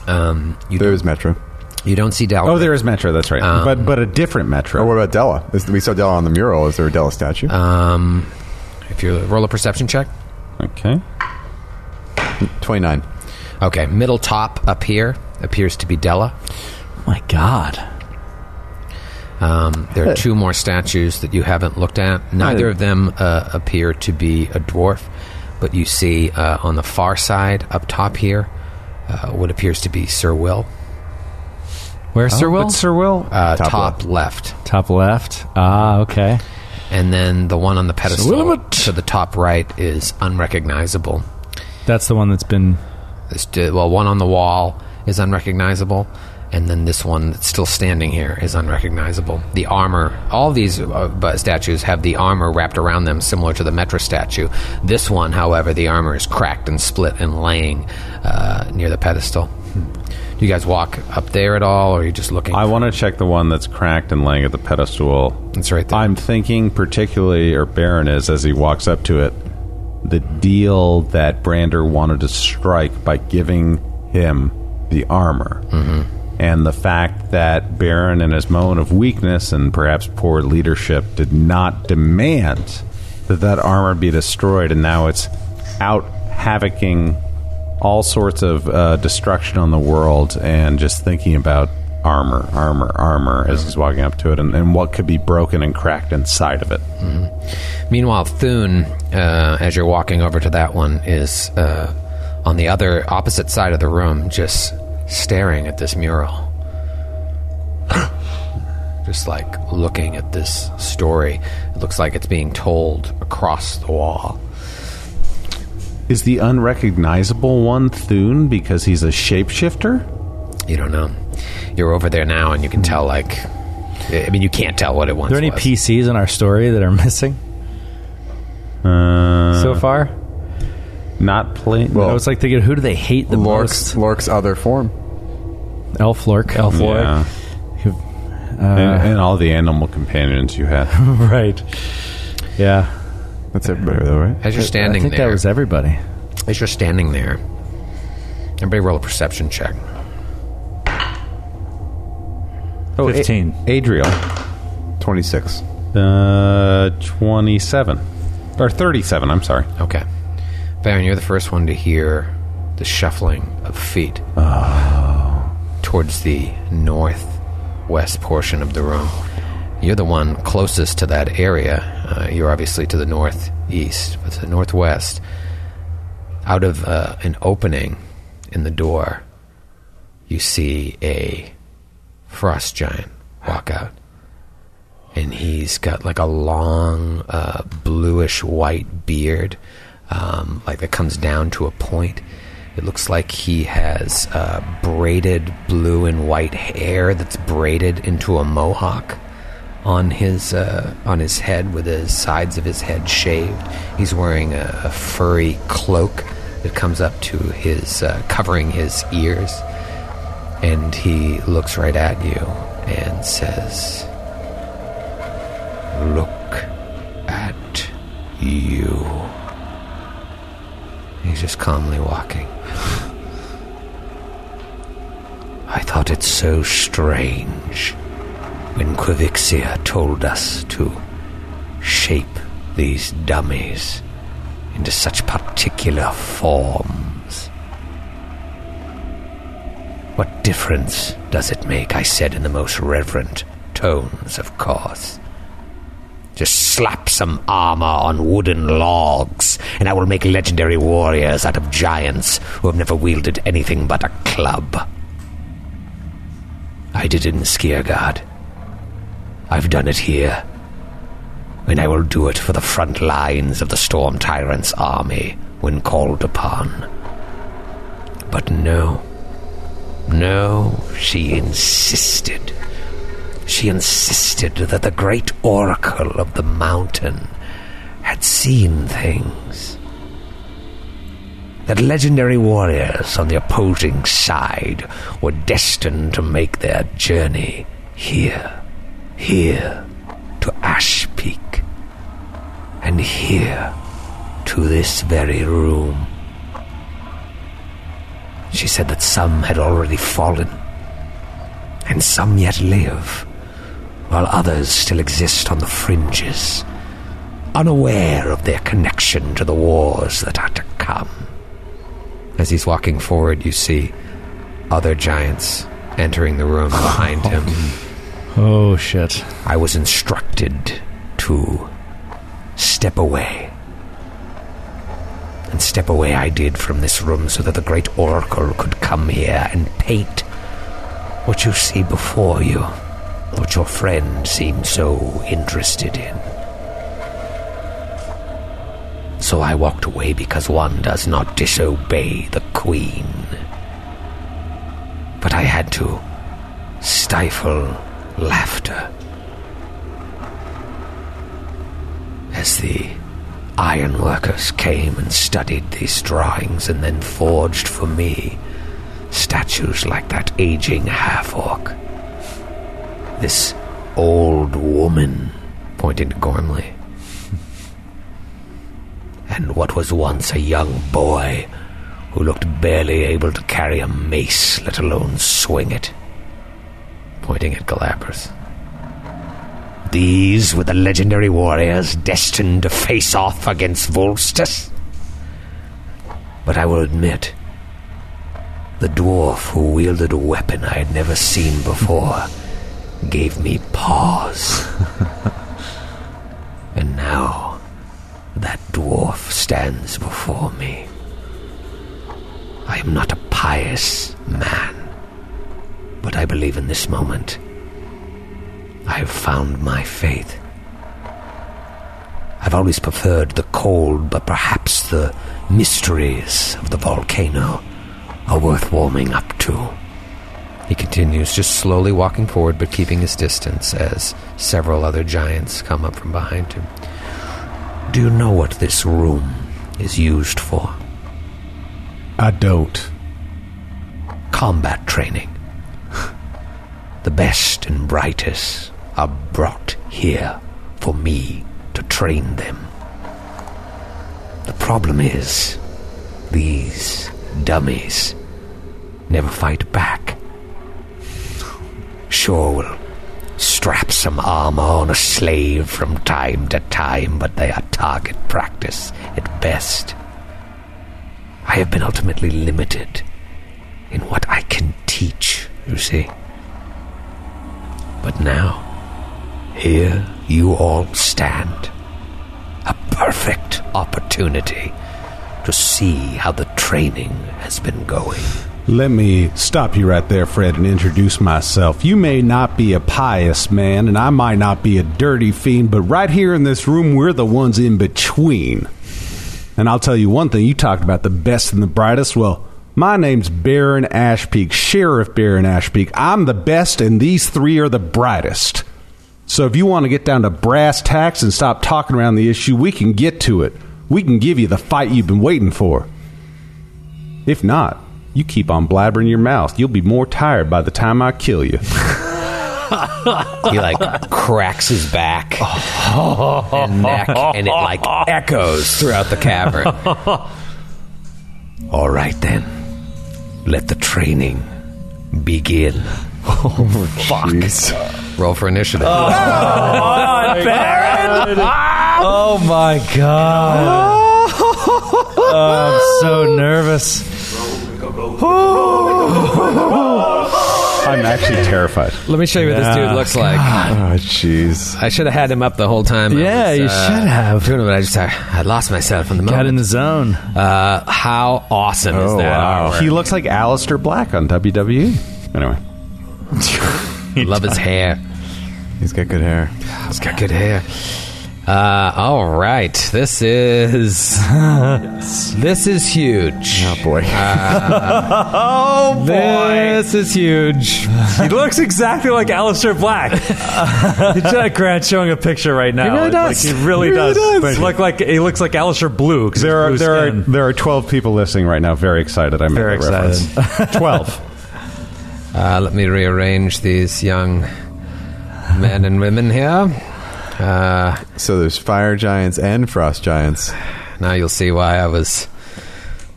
um, you,
There was Metro.
you don't see Dalgrith.
Oh, there is Metra. That's right, but but a different Metra.
Or what about Della? Is, we saw Della on the mural. Is there a Della statue?
Uh,
Um, if you roll a perception check.
okay,
Twenty nine.
Okay, middle top up here appears to be Della.
Oh My God.
Um, there are two more statues that you haven't looked at.
Hmm.
Neither of them uh, appear to be a dwarf, but you see uh, on the far side, up top here, uh, what appears to be Sir Will. Oh,
Where's Sir Will?
Sir Will.
Uh, top
Top
left.
Top left. Ah, okay.
And then the one on the pedestal
Willamette.
to the top right is unrecognizable.
That's the one that's been.
This, d- well, one on the wall is unrecognizable, and then this one that's still standing here is unrecognizable. The armor, all these uh, bu- statues have the armor wrapped around them, similar to the Metra statue. This one, however, the armor is cracked and split and laying uh, near the pedestal. Do you guys walk up there at all, or are you just looking?
I want to check the one that's cracked and laying at the pedestal.
it's right there.
I'm thinking, particularly, or Baron is as he walks up to it, the deal that Brander wanted to strike by giving him the armor. And the fact that Baron, in his moment of weakness and perhaps poor leadership, did not demand that that armor be destroyed, and now it's out havocing all sorts of uh, destruction on the world and just thinking about armor, armor, armor as he's walking up to it and, and what could be broken and cracked inside of it.
Meanwhile, Thune, uh, as you're walking over to that one, is uh, on the other opposite side of the room, just staring at this mural. <coughs> just like looking at this story. It looks like it's being told across the wall.
Is the unrecognizable one Thune because he's a shapeshifter?
You don't know. You're over there now, and you can tell, like, I mean, you can't tell what it
Are
once
there any
was.
PCs in our story that are missing
Uh,
so far?
not plain.
I was like thinking, who do they hate the
Lork's
most?
Lork's other form.
Elf Lork. Elf
yeah. and, and all the animal companions you had.
uh, <laughs> right. Yeah.
That's everybody though, right?
As you're standing
I think
there,
that was everybody.
as you're standing there, everybody roll a perception check.
Oh,
15.
Adriel,
Twenty six.
uh, twenty-seven or thirty-seven. I'm sorry.
Okay. Baron, you're the first one to hear the shuffling of feet towards the northwest portion of the room. You're the one closest to that area. Uh, you're obviously to the northeast, but to the northwest, out of uh, an opening in the door, you see a frost giant walk out and he's got like a long uh, bluish white beard um, like that comes down to a point it looks like he has uh, braided blue and white hair that's braided into a mohawk on his uh, on his head with the sides of his head shaved he's wearing a, a furry cloak that comes up to his uh, covering his ears and he looks right at you and says look at you. He's just calmly walking. I thought it so strange when Quivixia told us to shape these dummies into such particular forms. What difference does it make? I said in the most reverent tones, of course. Just slap some armor on wooden logs, and I will make legendary warriors out of giants who have never wielded anything but a club. I did it in Skiergard. I've done it here. And I will do it for the front lines of the Storm Tyrant's army when called upon. But no. No, she insisted. She insisted that the great oracle of the mountain had seen things. That legendary warriors on the opposing side were destined to make their journey here, here to Ash Peak, and here to this very room. She said that some had already fallen, and some yet live, while others still exist on the fringes, unaware of their connection to the wars that are to come. As he's walking forward, you see other giants entering the room behind him.
Oh shit!
I was instructed to step away. And step away I did from this room so that the great oracle could come here and paint what you see before you, what your friend seemed so interested in. So I walked away because one does not disobey the queen. But I had to stifle laughter. As the ironworkers came and studied these drawings and then forged for me statues like that aging half orc. This old woman, pointing to Gormley. <laughs> And what was once a young boy who looked barely able to carry a mace, let alone swing it pointing at Galapagos. These were the legendary warriors destined to face off against Volstis. But I will admit, the dwarf who wielded a weapon I had never seen before gave me pause. <laughs> and now, that dwarf stands before me. I am not a pious man but I believe in this moment I have found my faith. I've always preferred the cold, but perhaps the mysteries of the volcano are worth warming up to. He continues, just slowly walking forward but keeping his distance as several other giants come up from behind him. Do you know what this room is used for?
I don't.
combat training. The best and brightest are brought here for me to train them. The problem is, these dummies never fight back. Sure, we'll strap some armor on a slave from time to time, but they are target practice at best. I have been ultimately limited in what I can teach, you see. But now, here you all stand. A perfect opportunity to see how the training has been going.
Let me stop you right there, Fred, and introduce myself. You may not be a pious man, and I might not be a dirty fiend, but right here in this room, we're the ones in between. And I'll tell you one thing you talked about the best and the brightest. Well, my name's Baron Ashpeak, Sheriff Baron Ashpeak. I'm the best, and these three are the brightest. So if you want to get down to brass tacks and stop talking around the issue, we can get to it. We can give you the fight you've been waiting for. If not, you keep on blabbering your mouth. You'll be more tired by the time I kill you.
He like <laughs> cracks his back <laughs> and neck, and it like echoes throughout the cavern. All right then. Let the training begin. Oh, <laughs>
Jeez.
Roll for initiative.
Oh my god. Oh, I'm so nervous.
I'm actually terrified.
Let me show you what this dude looks like.
Oh, jeez.
I should have had him up the whole time. I
Yeah,
was, uh,
you should have.
Doing it, but I just I, I lost myself in the
Got in
moment.
the zone.
uh, how awesome is
Oh,
that?
wow.
He looks like Alistair Black on WWE. Anyway,
Love his hair.
He's got good hair.
He's got good hair. Uh, all right, this is this is huge.
Oh,
<laughs>
boy.
Ah.
This is huge.
He looks exactly like Alistair Black. Jack Grant showing a picture right now. He
really does.
Like, he really does. Look like he looks like Alistair Blue. 'cause
there are
he's blue
there are
skin.
there are twelve people listening right now. Very excited. I made
Very
that reference. twelve.
Uh, let me rearrange these young men and women here. Uh,
So there's fire giants and frost giants.
now you'll see why I was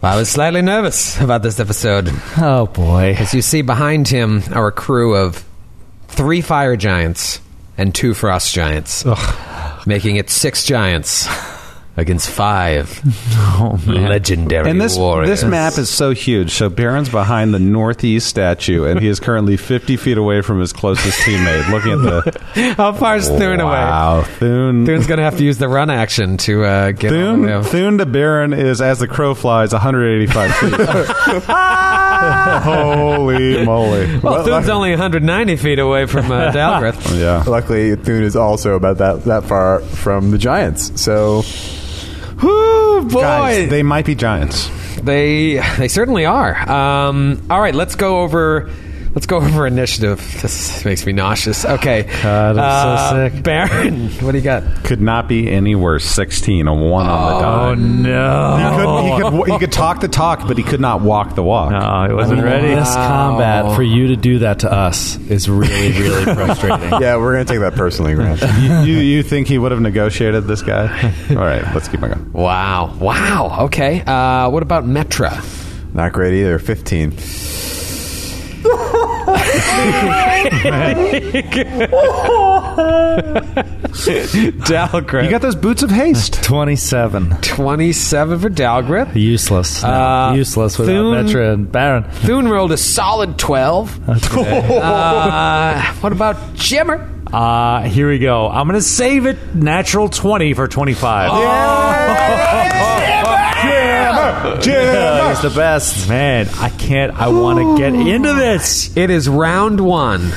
why I was slightly nervous about this episode.
<laughs> Oh boy.
As you see behind him are a crew of three fire giants and two frost giants, making it six giants against
<laughs>
five legendary
Oh, And this
warriors.
this map is so huge. So Baron's behind the northeast statue, and he is currently fifty feet away from his closest teammate. Looking at the
<laughs> how far is Thune away?
wow, Thune.
Thune's going to have to use the run action to uh, get all the way
Thune,
over.
Thune to Baron is as the crow flies 185 <laughs> feet.
<laughs>
Holy moly!
Well, Thune's only 190 feet away
<laughs>
from uh, Dalgrith.
Yeah.
Luckily, Thune is also about that, that far from the giants. So
Woo, boy!
Guys, they might be giants.
They they certainly are. Um, all right, let's go over. Let's go over initiative. This makes me nauseous. Okay, Uh,
God, I'm so sick.
Baron, what do you got?
Could not be any worse. 16, a one on the dot.
no.
He could, he, could, he could talk the talk, but he could not walk the walk.
No, he wasn't ready.
This combat for you to do that to us is really, really frustrating.
yeah, we're gonna take that personally, Grant.
<laughs> You, you, you think he would have negotiated this <laughs> guy? All right, let's keep on going.
Wow, wow. Okay, uh, what about Metra?
Not great either. Fifteen.
You got those boots of <laughs> haste.
27.
Twenty-seven for Dalgrith.
Useless.
Uh,
Useless without
Thune-
Metra and Baron.
Thune rolled a solid twelve. Uh, what about Jimmer?
Uh, here we go. I'm gonna save it. Natural twenty for twenty-five. <laughs>
Yeah, <laughs> he's the best.
Man, I can't. I want to get into this.
It is round one.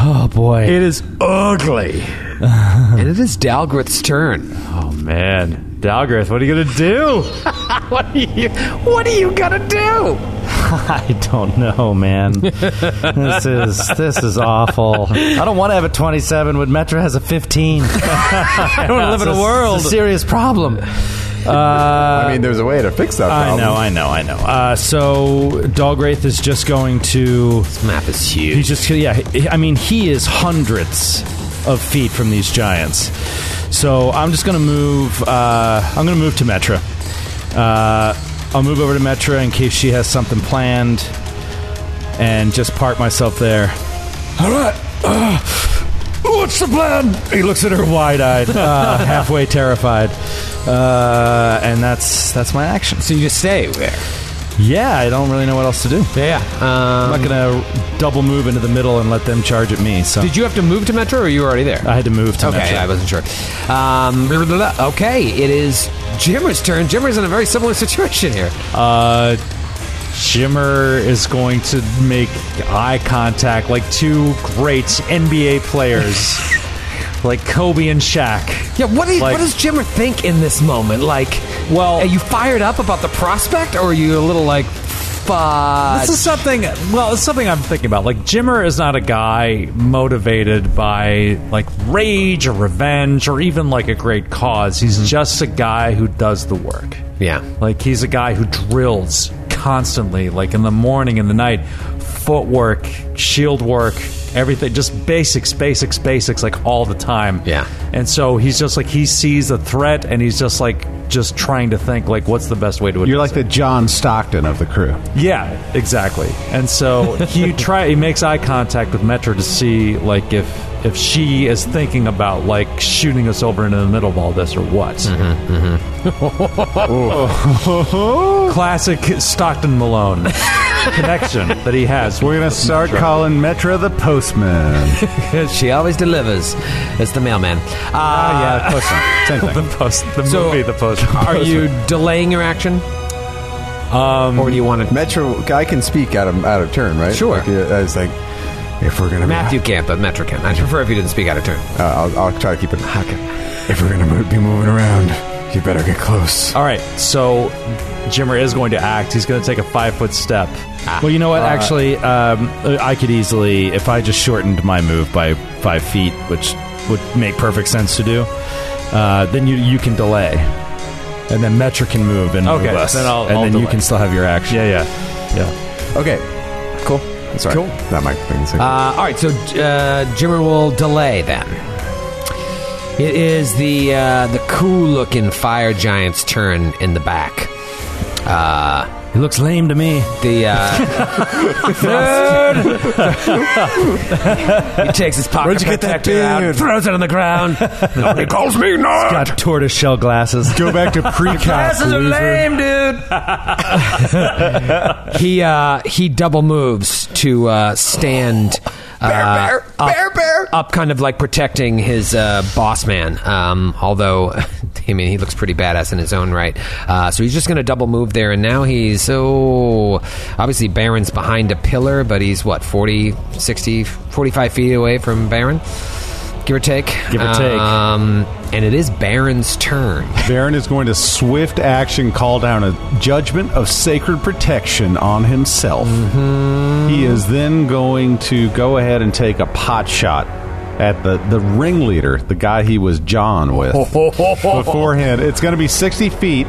Oh boy.
It is ugly.
And it is Dalgrith's turn. <laughs>
Oh man, Dalgrith, what are you gonna do?
What are you? What are you gonna do?
<laughs> I don't know, man. this is this is awful. I don't want to have a 27 when Metra has a <laughs> 15. I don't want to live in a world. It's a serious problem.
I mean, there's a way to fix that
Uh, I
problem.
know, I know, I know. Uh, so Dogwraith is just going to.
This map is huge.
He's just yeah. he- I mean, he is hundreds of feet from these giants. So I'm just gonna move. Uh, I'm gonna move to Metra. Uh, I'll move over to Metra in case she has something planned, and just park myself there. All right. Uh, what's the plan? He looks at her wide-eyed, <laughs> uh, halfway terrified, uh, and that's that's my action.
So you just stay there.
Yeah, I don't really know what else to do.
Yeah. Um,
I'm not gonna double move into the middle and let them charge at me. So
did you have to move to Metro, or were you already there?
I had to move to
okay,
Metro.
I wasn't sure. Um, blah, blah, blah. Okay, it is Jimmer's turn. Jimmer's in a very similar <laughs> situation here.
Uh, Jimmer is going to make eye contact like two great
<laughs>
NBA players, like Kobe and Shaq.
Yeah, what, do you,
Like-
what does Jimmer think in this moment? Like,
Well-
are you fired up about the prospect, or are you a little like, fuck?
This is something. Well, it's something I'm thinking about. Like Jimmer is not a guy motivated by like rage or revenge or even like a great cause.
Mm-hmm.
He's just a guy who does the work.
yeah.
<laughs>
Like he's a guy who drills constantly, like in the morning and the night, footwork, shield work, everything, just basics, basics, basics, like all the time.
Yeah.
And so he's just like he sees a threat, and he's just like just trying to think like what's the best way to.
You're
address
like the John Stockton of the crew.
yeah, exactly. And so he try he makes eye contact with Metro to see like if if she is thinking about like shooting us over into the middle of all this or what. <laughs> Classic Stockton Malone connection that he has.
We're gonna
with
start
Metro.
calling Metro the postman.
she always delivers. It's the mailman.
Ah,
<laughs>
Uh,
yeah, postman. Same thing.
<laughs> the post the
So-
movie the post.
Are you delaying your action? Um, or do you want to?
Metro, I can speak out of out of turn, right?
Sure.
Like, yeah, I was like, if we're gonna
Matthew can't, but Metro can. I prefer if you didn't speak out of turn.
uh, I'll, I'll try to keep it.
If we're gonna mo- be moving around, you better get close.
All right, so Jimmer is going to act. He's going to take a five foot step.
Well, you know what? Actually, um, I could easily, if I just shortened my move by five feet, which would make perfect sense to do, uh, then you you can delay, and then Metra can move and
Okay,
move us,
then I'll-
and
I'll
then you
delay.
can still have your action.
Yeah, yeah.
Okay, cool. Sorry,
Cool.
That might be the same.
Uh, all right, so uh, Jimmer will delay then. It is the uh, the cool looking fire giant's turn in the back. Uh,
It looks lame to me.
the uh, he takes his pocket
Where'd you get that
protector out,
beard?
throws it on the ground. Nobody calls me nerd.
Got tortoise shell glasses.
Go back to precast.
Glasses are lame, dude. he uh, he double moves to uh, stand. Uh, bear, bear, up, bear, bear. Up, kind of like protecting his uh, boss man. Um, although, <laughs> I mean, he looks pretty badass in his own right. Uh, so he's just going to double move there, and now he's oh, obviously Baron's behind a pillar, but he's what 40, 60, 45 feet away from Baron, give or take.
Give or take.
Um, and it is Baron's turn.
Baron is going to swift action call down a judgment of sacred protection on himself.
Mm-hmm.
He is then going to go ahead and take a pot shot at the, the ringleader, the guy he was John with beforehand. It's going to be 60 feet,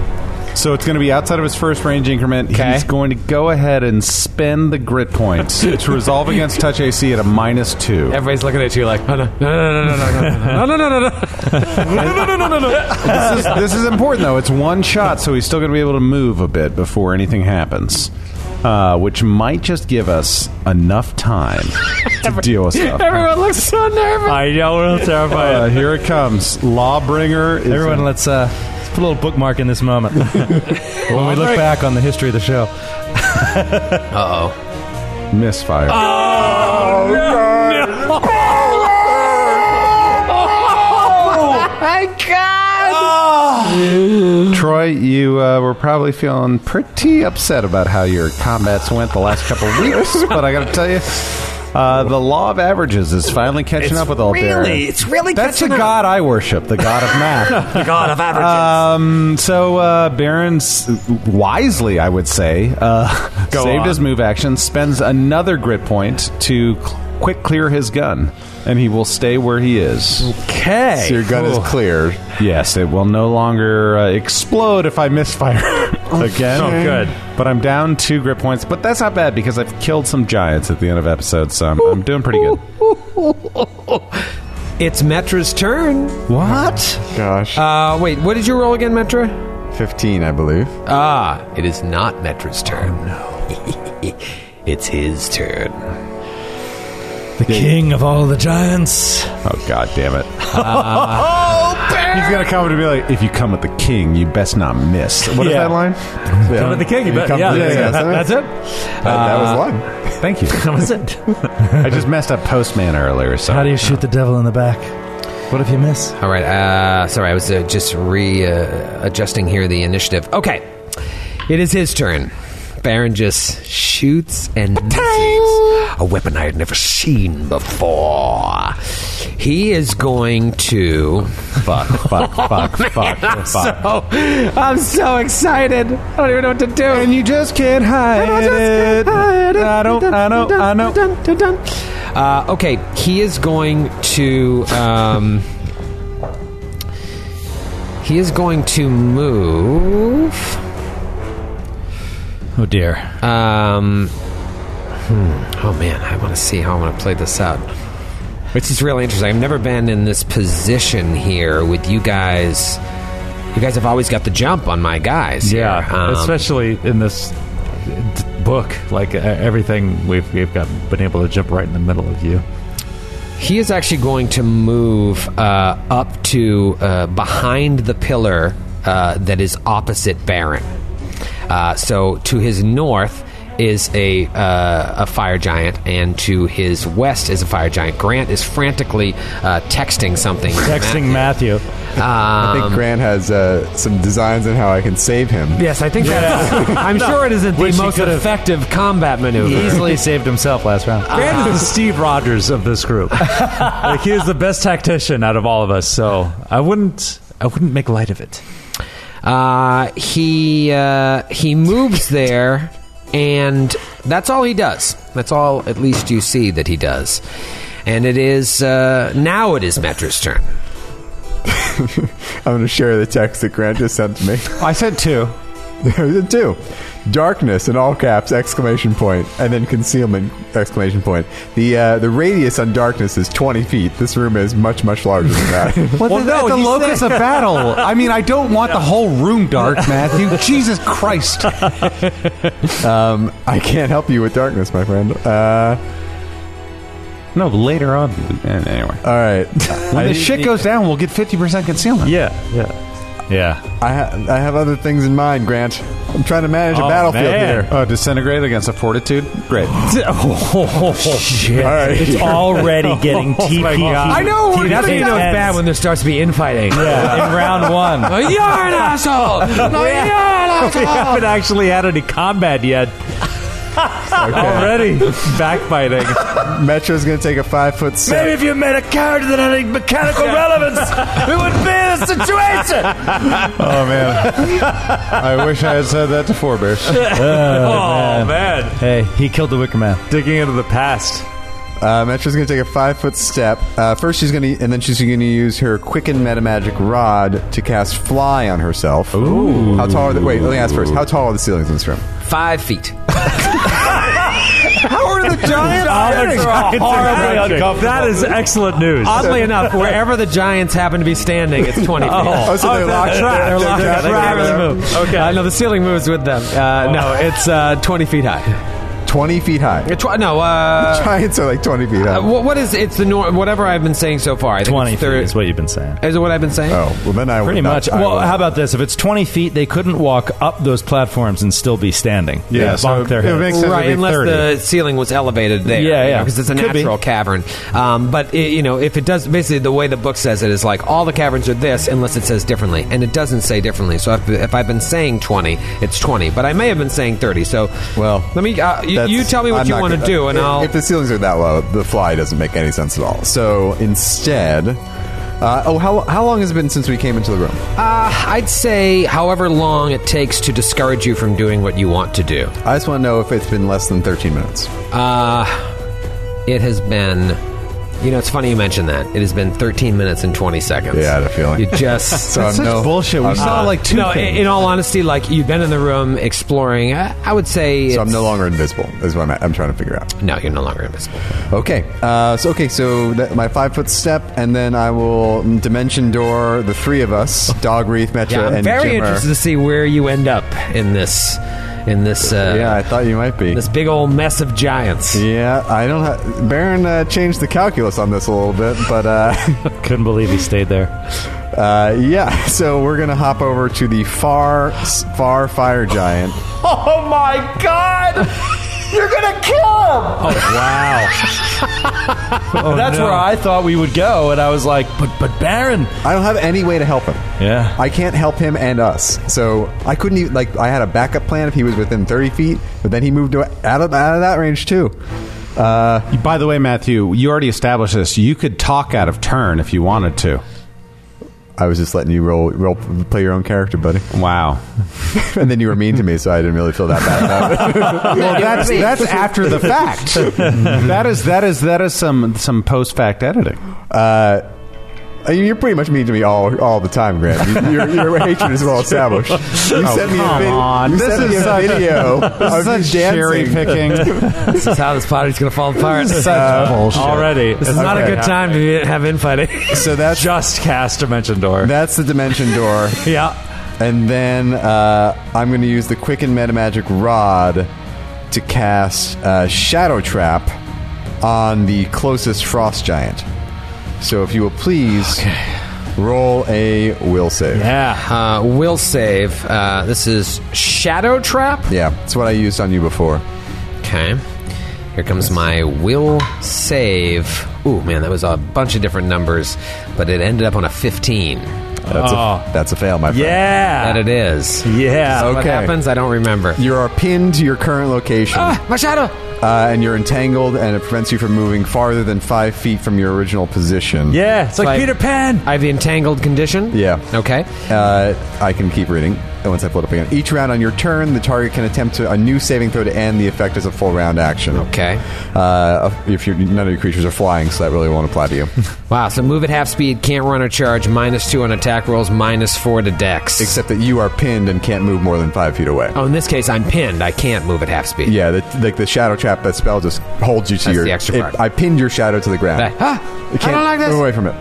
so it's going to be outside of his first range increment. He's going to go ahead and spend the grit <laughs> points to resolve against touch AC at a minus two.
Everybody's looking at you like, oh, no, no, no, no, no, no, no, no, no, no, no, no, no.
this, is, this is important though. It's one shot, so he's still going to be able to move a bit before anything happens, uh, which might just give us enough time to deal with stuff.
Everyone looks so nervous.
I know, terrified.
Uh, here it comes. Lawbringer. Is
Everyone, let's, uh, let's put a little bookmark in
<laughs>
this moment when we look back on the history of the show.
misfire.
uh,
My God.
Troy, you uh, were probably feeling pretty upset about how your combats went the last couple of weeks, but I got to tell you. Uh, the law of averages is finally catching up with all
really-
Darren.
it's really
that's
catching
the
up.
god I worship, the god of
<laughs>
math.
<laughs> God of averages.
Um, so uh, Baron's wisely, I would say,
<laughs>
uh, saved his move action, spends another grit point to cl- quick clear his gun, and he will stay where he is.
okay.
so your gun is clear.
Yes, it will no longer uh, explode if I misfire <laughs> again.
Oh, good.
But I'm down two grit points, but that's not bad because I've killed some giants at the end of episodes, so I'm, I'm doing pretty
<laughs>
good.
<laughs> It's Metra's turn. What?
Gosh,
Uh, wait, what did you roll again, Metra?
fifteen, I believe.
Ah, it is not Metra's turn. Oh, no. <laughs> it's his turn.
The king of all the giants.
Oh god damn
<laughs>
it!
Oh,
He's gonna come to be like, if you come with the king, you best not miss. What is
Yeah.
that line?
Come
the king, you bet. Yeah, yeah, yeah. That's it. Uh,
That, that was one.
Thank you.
That was it.
<laughs> I just messed up postman earlier. So
How do you shoot the devil in the back? What if you miss?
All right. Uh, sorry, I was uh, just readjusting uh, adjusting here the initiative. Okay, it is his turn. Baron just shoots and misses a weapon I had never seen before. He is going <laughs> to.
fuck, fuck, fuck, fuck, fuck.
Oh, I'm so excited! I don't even know what to do.
and you just can't hide it. I don't. I don't. I know.
Uh, okay, he is going to. Um, he is going to move.
Oh dear.
Um, Oh man, I want to see how I'm going to play this out. Which is really interesting. I've never been in this position here with you guys. You guys have always got the jump on my guys. here.
Yeah,
Um,
especially in this d- book, like uh, everything we've we've got been able to jump right in the middle of you.
He is actually going to move uh, up to uh, behind the pillar uh, that is opposite Baron. Uh, so to his north is a uh, a fire giant, and to his west is a fire giant. Grant is frantically uh, texting something.
Texting Matthew.
I
um,
think Grant has uh, some designs on how I can save him.
Yes, I think that's. I'm sure it isn't the
<laughs> Wish he
most
could've-
effective combat maneuver.
He easily saved himself last round.
Brand is the Steve Rogers of this group. like he is the best tactician out of all of us. So I wouldn't I wouldn't make light of it.
Uh, he uh, he moves there, and that's all he does. That's all, at least you see that he does. And it is uh, now it is Metra's turn.
I'm going to share the text that Grant just sent to me.
I said two.
There's a two. Darkness in all caps exclamation point and then concealment exclamation point. The uh, the radius on darkness is 20 feet. This room is much much larger
<laughs>
than that.
Well, the, the locus of battle. I mean, I don't want the whole room dark, Matthew. Jesus Christ.
I can't help you with darkness, my friend. Uh,
No, later on. Anyway.
all right.
When
I,
this shit goes down, we'll get 50% concealment.
Yeah, yeah.
Yeah.
I, ha- I have other things in mind, Grant. I'm trying to manage a battlefield
man.
here.
Oh, disintegrate against a fortitude? Great.
oh,
Shit.
All right.
It's already getting TP.
I know. That's how you know it's bad when there starts to be infighting.
in round
<laughs>
one.
You're an asshole.
We haven't actually had any combat yet. Already backbiting.
Metro's going to take a five foot step.
if you made a character that had mechanical relevance, we wouldn't be in this situation.
Oh, man. I wish I had said that to Four
<laughs>
Bears.
Oh,
man.
Hey, he killed the Wicker Man.
Digging into the past.
Uh, Metra's going to take a five foot step. Uh, first, she's going to, and then she's going to use her quicken metamagic rod to cast fly on herself. Ooh! How tall are the? Wait, let me ask first. How tall are the ceilings in this room?
Five feet. <laughs>
That is excellent news.
Oddly enough, wherever the Giants happen to be standing, it's 20 feet.
Oh, so they're locked.
They're locked
trapped.
up. They can't really move. Okay. Uh, no, the ceiling moves with them. Uh, no, it's uh, 20 feet high.
Twenty feet high.
Uh, tw- no, uh,
<laughs> Giants are like twenty feet high.
uh, wh- what is it's the nor- whatever I've been saying so far. I think
20
it's thir-
feet is what you've been saying.
Is it what I've been saying?
oh, well then I
Pretty
would not-
much.
I
Well,
would-
how about this? If it's 20 feet, they couldn't walk up those platforms and still be standing.
Yeah,
They'd
so
bonk their
it
heads.
makes sense.
right,
It'd be
unless
30.
the ceiling was elevated there.
Yeah, yeah.
Because it's a
Could be.
natural cavern. Um, but, it, you know, if it does, basically the way the book says it is like all the caverns are this unless it says differently. And it doesn't say differently. So if, if I've been saying 20, it's 20. But I may have been saying 30. So,
Well,
let me, uh, you,
That's-
you tell me what
I'm
you
not
want to
gonna-
do, and
if,
I'll.
If the ceilings are that low, the fly doesn't make any sense at all. So instead, uh, oh, how how long has it been since we came into the room?
Uh, I'd say however long it takes to discourage you from doing what you want to do.
I just want to know if it's been less than thirteen minutes.
Uh, it has been. You know, it's funny you mentioned that. It has been 13 minutes and 20 seconds.
Yeah, I had a feeling.
You just.
<laughs> So I'm
Such
no-
bullshit. We
I'm
saw
not-
like two
no,
things.
in all honesty, like you've been in the room exploring. I, I would say.
So I'm
it's-
no longer invisible. Is what I'm, I'm trying to figure out.
No, you're no longer invisible.
Okay. Uh, so okay. So that, my five foot step, and then I will dimension door the three of us: dog wreath, Metra,
Yeah, I'm
and
very
Jimmer.
interested to see where you end up in this, in this, uh,
Yeah, I thought you might be.
this big old mess of giants.
Yeah, I don't. Ha- Baron uh, changed the calculus on this a little bit, but uh,
Couldn't believe he stayed there.
uh, yeah. <laughs> So we're gonna hop over to the far, s- far fire giant.
Oh my god! You're gonna kill him! <laughs> Oh <laughs> wow! That's where I thought we would go, and I was like, "But, but Baron."
I don't have any way to help him.
Yeah.
I can't help him and us. So I couldn't even like I had a backup plan if he was within thirty feet, but then he moved out of out of that range too.
By the way, Matthew, you already established this. You could talk out of turn if you wanted to.
I was just letting you roll, roll play your own character, buddy. <laughs>
<laughs>
Wow.
and then you were mean to me, so I didn't really feel that bad
<laughs>
about it.
Well, that's that's after
<laughs>
the fact. that is that is that is some some post fact editing.
Uh, I mean, you're pretty much mean to me all all the time, Graham.
<laughs>
Your, your hatred is well established. You
Oh,
sent me a,
come
vid-
on.
You
This
sent me
is
a
such-
video
<laughs> This
of
is
you
such cherry
dancing.
<laughs>
picking.
This is how this party's going to fall apart.
such
Uh,
bullshit.
Already,
This is not a good time to be- have infighting.
So that's
Just cast dimension door.
that's the dimension door,
yeah.
and then uh, I'm going to use the quicken meta magic rod to cast uh, shadow trap on the closest frost giant. So if you will please roll a will save.
Yeah.
Uh, will save. Uh, this is Shadow Trap.
Yeah, it's what I used on you before.
Okay. Here comes my will save. Ooh, man, that was a bunch of different numbers, but it ended up on a 15.
That's,
Oh.
a, that's a fail, my friend.
<laughs> Yeah.
That it is.
yeah.
What
okay.
happens? I don't remember. Ah,
You are pinned to your current location,
Ah.
My shadow!
uh, and you're entangled, and it prevents you from moving farther than five feet from your original position.
Yeah. It's like,
Like-
Peter Pan.
I have the entangled condition.
Yeah.
Okay.
Uh, I can keep reading once I pull it up again. Each round on your turn, the target can attempt to, a new saving throw to end the effect as a full round action.
Okay.
Uh, if you're, none of your creatures are flying, so that really won't apply to
<laughs>
you.
Wow, so move at half speed, can't run or charge, minus two on attack rolls, minus four to dex.
Except that you are pinned and can't move more than five feet away.
oh, in this case, I'm pinned. I can't move at half speed.
Yeah, the, like the shadow trap, that spell just holds you to
That's
your.
the extra
it-
part.
I pinned your shadow to the ground.
Hey, ah,
You
I don't like this.
move away from it.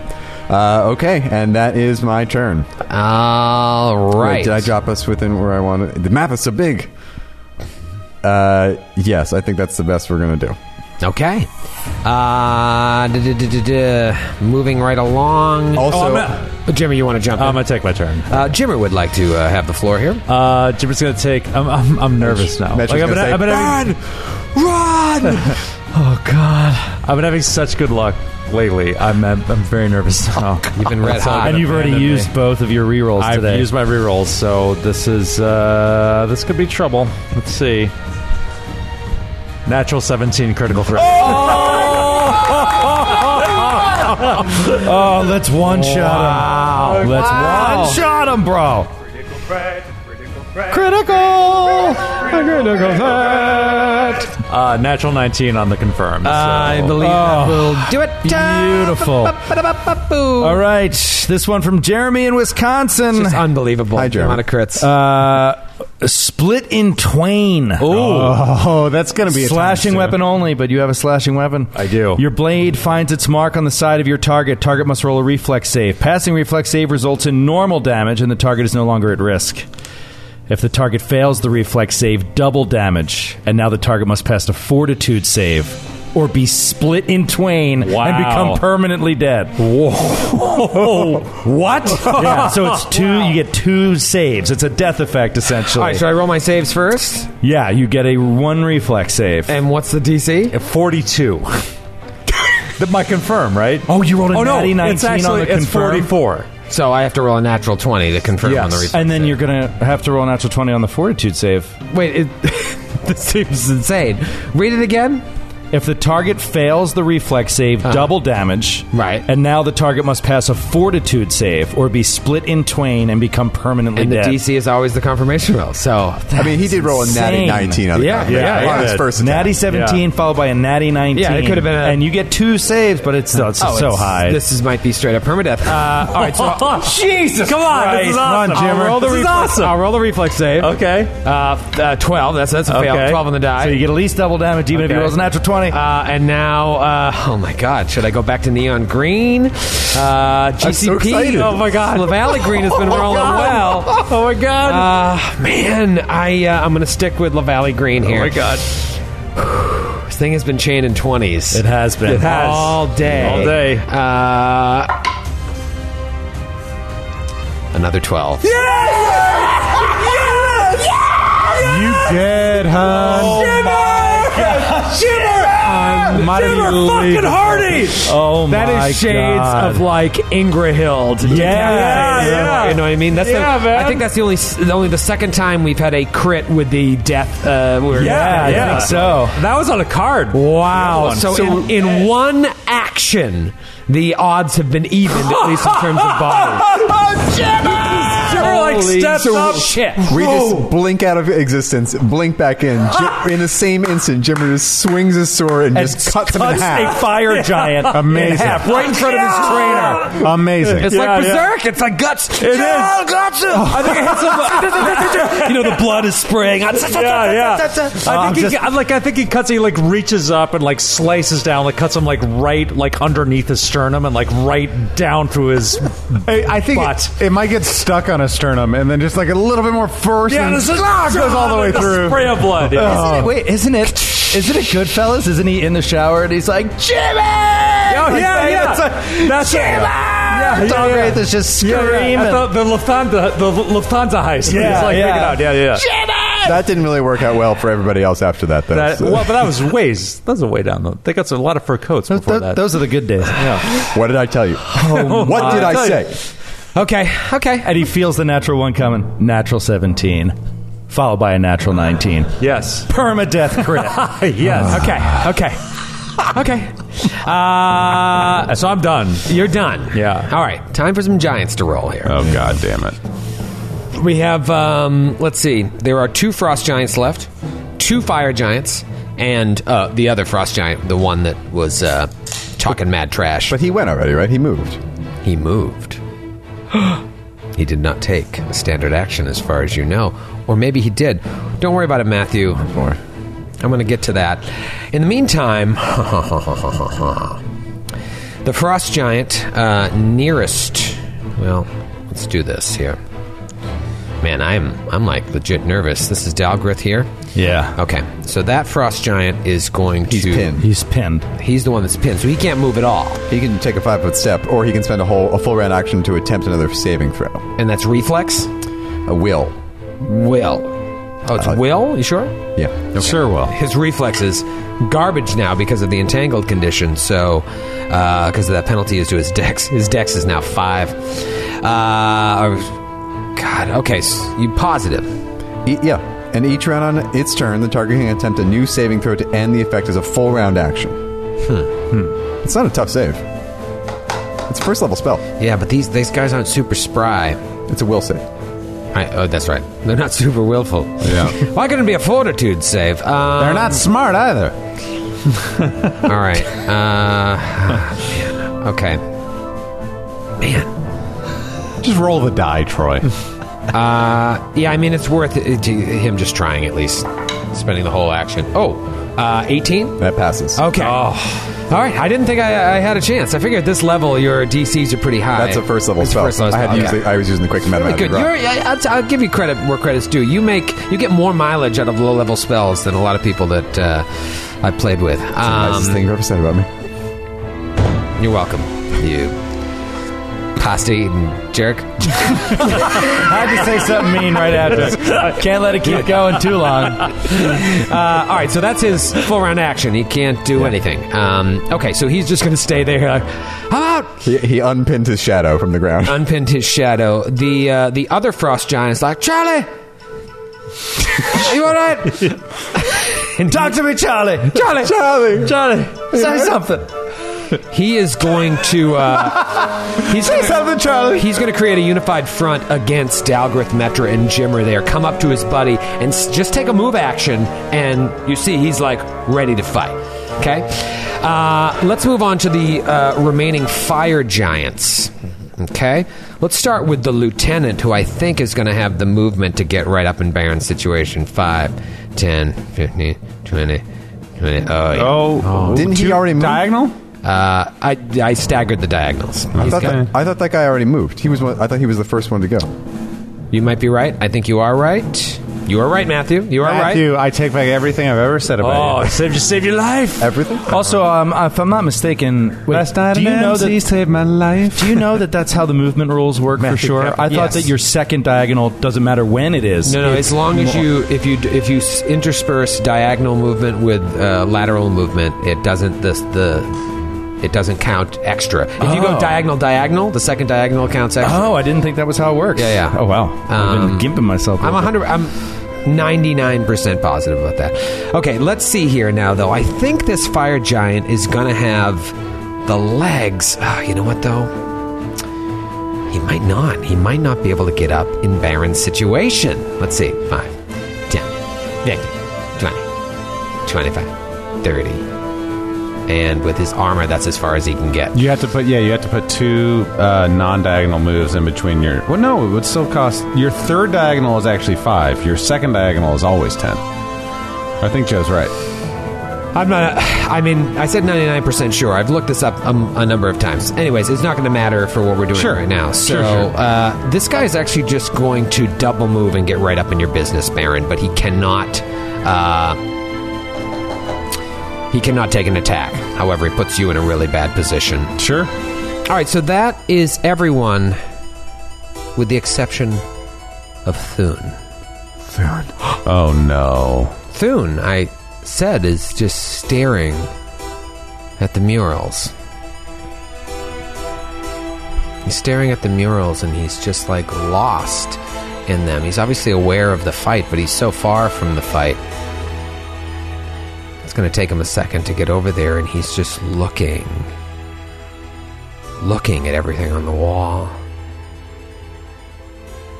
Uh, okay, and that is my turn.
All
Wait,
right.
did I drop us within where I wanted? The map is so big. Uh, yes, I think that's the best we're gonna do.
Okay. Uh, duh, duh, duh, duh, duh. moving right along.
Oh,
Also,
Uh, Jimmy, you want to jummy
I'm gonna take my turn.
Uh, Jimmer would like to uh, have the floor here.
Um, Uh, Jimmer's gonna take. I'm. I'm, I'm nervous now.
Metro's
Like, I've been,
gonna say,
I've been having,
run!
oh God. I've been having such good luck lately. I'm. I'm, I'm very nervous now.
You've been red hot.
and you've already
abandoned
used
Oh, me.
both of your rerolls
I've
today.
used my rerolls, so this is uh, this could be trouble. Let's see. Natural 17 critical threat.
oh, let's one shot him. Let's one shot him, bro.
Uh, natural 19 on the confirm. so-
I believe that will do it.
Beautiful. All
All
right, this one from Jeremy in Wisconsin.
It's unbelievable.
Hi, Jeremy.
Amount of crits.
Uh, split in twain.
Oh, that's going to be a
slashing
time
weapon only, but you have a slashing weapon.
I do.
Your blade finds its mark on the side of your target. Target must roll a reflex save. Passing reflex save results in normal damage, and the target is no longer at risk. If the target fails the reflex save, double damage, and now the target must pass a fortitude save or be split in twain
Wow.
and become permanently dead. <laughs>
Whoa. what?
Yeah, so it's two. You get two saves. It's a death effect essentially.
All right, should I roll my saves first?
yeah, you get a one reflex save.
And what's the DC?
42. That My confirm, right?
Oh, you rolled a
Oh, no.
natty 19
It's actually
on the
it's
confirm?
44.
So I have to roll a natural 20 to confirm on the
Yes.
reflex.
And then you're gonna have to roll a natural twenty on the fortitude save.
Wait, it, <laughs> this seems insane. Read it again.
If the target fails the reflex save, double damage.
Right.
And now the target must pass a fortitude save or be split in twain and become permanently
And the
dead.
DC is always the confirmation roll. So
I mean, he did roll a natty
insane.
19 on the
Yeah,
ground,
yeah,
right?
yeah.
on his first attempt.
natty seventeen followed by a natty nineteen.
Yeah, it could have been a-
and you get two saves, but it's, it's
Oh,
so
it's-
high.
This is might be straight up permadeath. Uh, all right, so
Jesus. Come on. This is
Christ.
awesome.
Come on, Jimmer.
I'll roll the
This is
reflex.
I'll roll the reflex save.
Okay.
Uh, uh, twelve. That's that's a fail.
Okay.
Twelve on the die.
so you get at least double damage, even if
Okay.
it was a natural twenty.
Uh, and now, uh, oh my God, should I go back to neon green? Uh, GCP.
excited.
oh my God, Oh La Valley Green has <laughs> been rolling well.
Oh, my God.
Uh, man, I uh, I'm gonna stick with La Valley Green here.
oh, my God.
<sighs> This thing has been chained in twenties.
it has been. It
has.
all day.
All day.
Uh, another twelve.
You dead, hon.
fucking Hardy.
Oh my
That is shades
God.
of like Ingrahild. Yeah,
Yeah, yeah.
You know what I mean? That's the, I think that's the only the only the second time we've had a crit with the death. Uh, where-
Yeah, I think so.
That was on a card.
Wow. So, in, in one action, <laughs> the odds have been evened at least in terms of body.
Oh, like steps up.
Shit.
We just blink out of existence, blink back in. Jim, in the same instant, Jimmer just swings his sword and, just cuts, him in half.
a <laughs> fire giant
Amazing.
in half, right in front of his trainer.
Amazing.
It's like berserk. It's like guts. It is. Gotcha. I think I
<laughs>
hit some. you know, the blood is spraying.
Yeah, yeah. <laughs> I
I'm
think he,
just-
I'm like I think he cuts. He like reaches up and like slices down, like cuts him like right, like underneath his sternum, and like right down through his.
I, I think
But-
it, it might get stuck on a sternum and then just like a little bit more force and ah, goes all the way through.
Spray of blood. yeah.
Oh.
Wait, isn't it? Isn't it Goodfellas? Isn't he in the shower and he's like, Jimmy?
Oh yeah, yeah. That's it.
ah!
Yeah,
Tom
yeah, yeah.
Wraith is just
Yeah, yeah.
screaming.
I thought the Lufthansa, the Lufthansa heist.
Yeah,
He's like
yeah.
freaking <laughs> out. Yeah, yeah.
That didn't really work out well for everybody else after that, though.
That,
so-
well, but that was ways. That was a way down though. They got a lot of fur coats before
Th-
that.
those are the good days.
what did I tell you? what did I say?
Okay. Okay.
And he feels the natural one coming. Natural 17, followed by a natural 19.
yes.
Permadeath crit.
<laughs> yes.
Okay. Okay. Okay. Uh,
So I'm done.
you're done.
Yeah.
All right. Time for some giants to roll here.
Oh god damn it.
We have, um, let's see, there are two frost giants left, two fire giants, and uh, the other frost giant, the one that was uh, talking mad trash.
But he went already, right? He moved.
He
<gasps>
moved. he did not take a standard action, as far as you know. Or maybe he did. Don't worry about it, Matthew. I'm going to get to that. In the meantime, <laughs> the frost giant uh, nearest. Well, let's do this here. Man, I'm I'm like legit nervous. This is Dalgrith here.
yeah.
Okay, so that frost giant is going
He's
to.
pinned.
He's pinned.
He's the one that's pinned, so he can't move at all,
He can take a five foot step, or he can spend a whole a full round action to attempt another saving throw.
and that's reflex.
A will.
Will. Oh, it's Will? You sure?
Yeah.
Sure will.
His reflexes, garbage now because of the entangled condition. So, because of that penalty is to his dex. His dex is now five. Uh, or- God, okay. s you positive.
E- yeah. And each round on its turn, the target can attempt a new saving throw to end the effect as a full round action. Hmm. It's not a tough save. It's a first level spell.
Yeah, but these these guys aren't super spry.
It's a will save.
I, oh, that's right. They're not <laughs> super willful. Yeah. <laughs> Why couldn't it be a fortitude save? Um,
They're not smart either.
<laughs> All right. Uh, <laughs> man. Okay. Man.
Just roll the die, Troy.
Yeah, I mean it's worth it to him just trying at least, spending the whole action. Oh, uh, 18?
That passes.
Okay.
Oh.
All right. I didn't think I, I had a chance. I figured at this level your DCs are pretty high.
That's a first level
It's
spell.
first level
I, had
spell,
used
okay.
the- I was using the quick
Really
metamagic
good.
rock.
You're, I, I'll, I'll give you credit where credit's due. You make you get more mileage out of low level spells than a lot of people that uh, I played with.
Nicest
Um,
thing you ever said about me.
you're welcome. You pasta eating jerk.
I had to say something mean right after. Can't let it keep going too long.
<laughs> Uh, all right, so that's his full round action. He can't do anything. Um, okay, so he's just going to stay there. Like, I'm out.
He, he unpinned his shadow from the
<laughs>
ground.
unpinned his shadow. The uh, the other frost giant's like, Charlie, <laughs> are you all <laughs> right? and talk to me, Charlie. Charlie, Charlie, Charlie. <laughs> Say something. He is going to. Uh, he's Say something, Charlie. He's going to create a unified front against Dalgrith, Metra, and Jimmer. There, come up to his buddy and s- just take a move action, and you see he's like ready to fight. Okay, uh, let's move on to the uh, remaining fire giants. Okay, let's start with the lieutenant, who I think is going to have the movement to get right up in Baron's situation. 5, 10, 15, 20, 20. Oh, yeah.
Oh,
<laughs> Didn't he
two-
already move?
diagonal?
Uh, I, I staggered the diagonals.
I
He's
thought,
got-
that, I thought that guy already moved. He was. One, I thought he was the first one to go.
you might be right. I think you are right. You are right, Matthew. You are right.
Matthew, I take back everything I've ever said about
Oh,
you.
save you save your life.
Everything.
Also, um, if I'm not mistaken, wait,
Last night
do you
an
know
MC
that?
saved my life.
Do you know that that's how the movement rules work for sure? I thought
Yes.
that your second diagonal doesn't matter when it is.
No, no. As long as you, if you, if you s- intersperse diagonal movement with uh, lateral movement, it doesn't this the. It doesn't count extra. If you go
Oh.
diagonal, diagonal, the second diagonal counts extra.
Oh, I didn't think that was how it works.
Yeah, yeah.
Oh wow,
Um,
I've been gimping myself. a
I'm
little bit.
100. I'm 99% positive about that. Okay, let's see here now, though. I think this fire giant is going to have the legs. Ah, you know what, though? He might not. He might not be able to get up in Baron's situation. Let's see. 5, 10, 15, 20, 25, 30. And with his armor, that's as far as he can get.
You have to put yeah. You have to put two uh, non-diagonal moves in between your. Well, no, it would still cost. Your third diagonal is actually five. Your second diagonal is always ten. I think Joe's right.
I'm not. I mean, I said 99% sure. I've looked this up um, a number of times. Anyways, it's not going to matter for what we're doing
Sure.
right now. So
Sure, sure.
Uh, this guy is actually just going to double move and get right up in your business, Baron. But he cannot. Uh, he cannot take an attack. However, it puts you in a really bad position.
Sure.
All right, so that is everyone, with the exception of Thune.
Oh no.
Thune, I said, is just staring at the murals. He's staring at the murals and he's just like lost in them. He's obviously aware of the fight, but he's so far from the fight. It's going to take him a second to get over there and he's just looking. Looking at everything on the wall.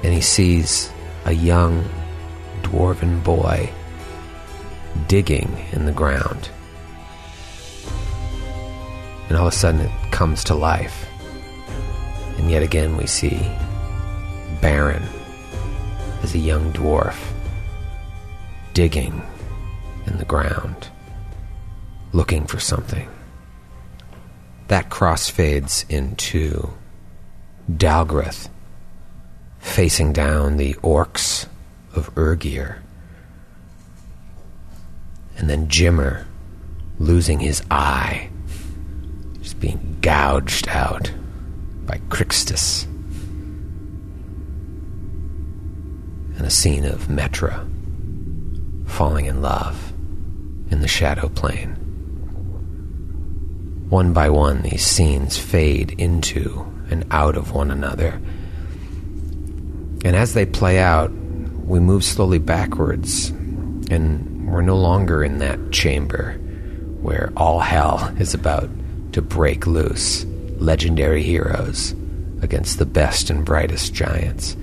And he sees a young dwarven boy digging in the ground. And all of a sudden it comes to life. And yet again we see Baron as a young dwarf digging in the ground, looking for something. That crossfades into Dalgrith facing down the orcs of Urgir and then Jimmer losing his eye, just being gouged out by Crixtus. And a scene of Metra falling in love in the Shadow Plane. One by one, these scenes fade into and out of one another. And as they play out, we move slowly backwards, and we're no longer in that chamber where all hell is about to break loose legendary heroes against the best and brightest giants.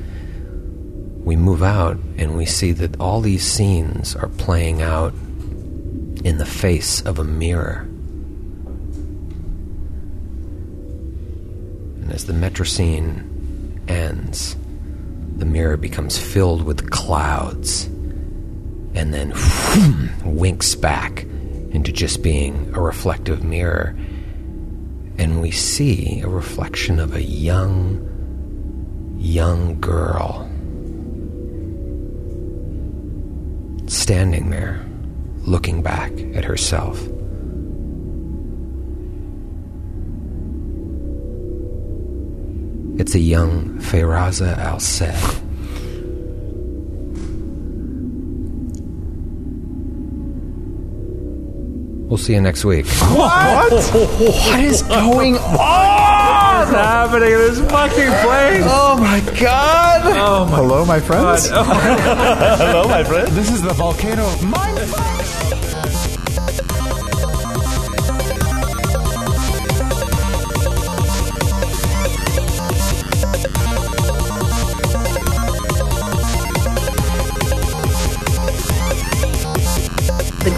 We move out, and we see that all these scenes are playing out in the face of a mirror. And as the metro scene ends, the mirror becomes filled with clouds and then winks back into just being a reflective mirror. And we see a reflection of a young, young girl standing there, looking back at herself. It's a young Feyraza Al Said. We'll see you next week.
What is going on? What is happening in this fucking place?
Oh my god!
Oh
Hello,
<laughs>
my friends.
Hello, my friend.
This is the volcano of my.
The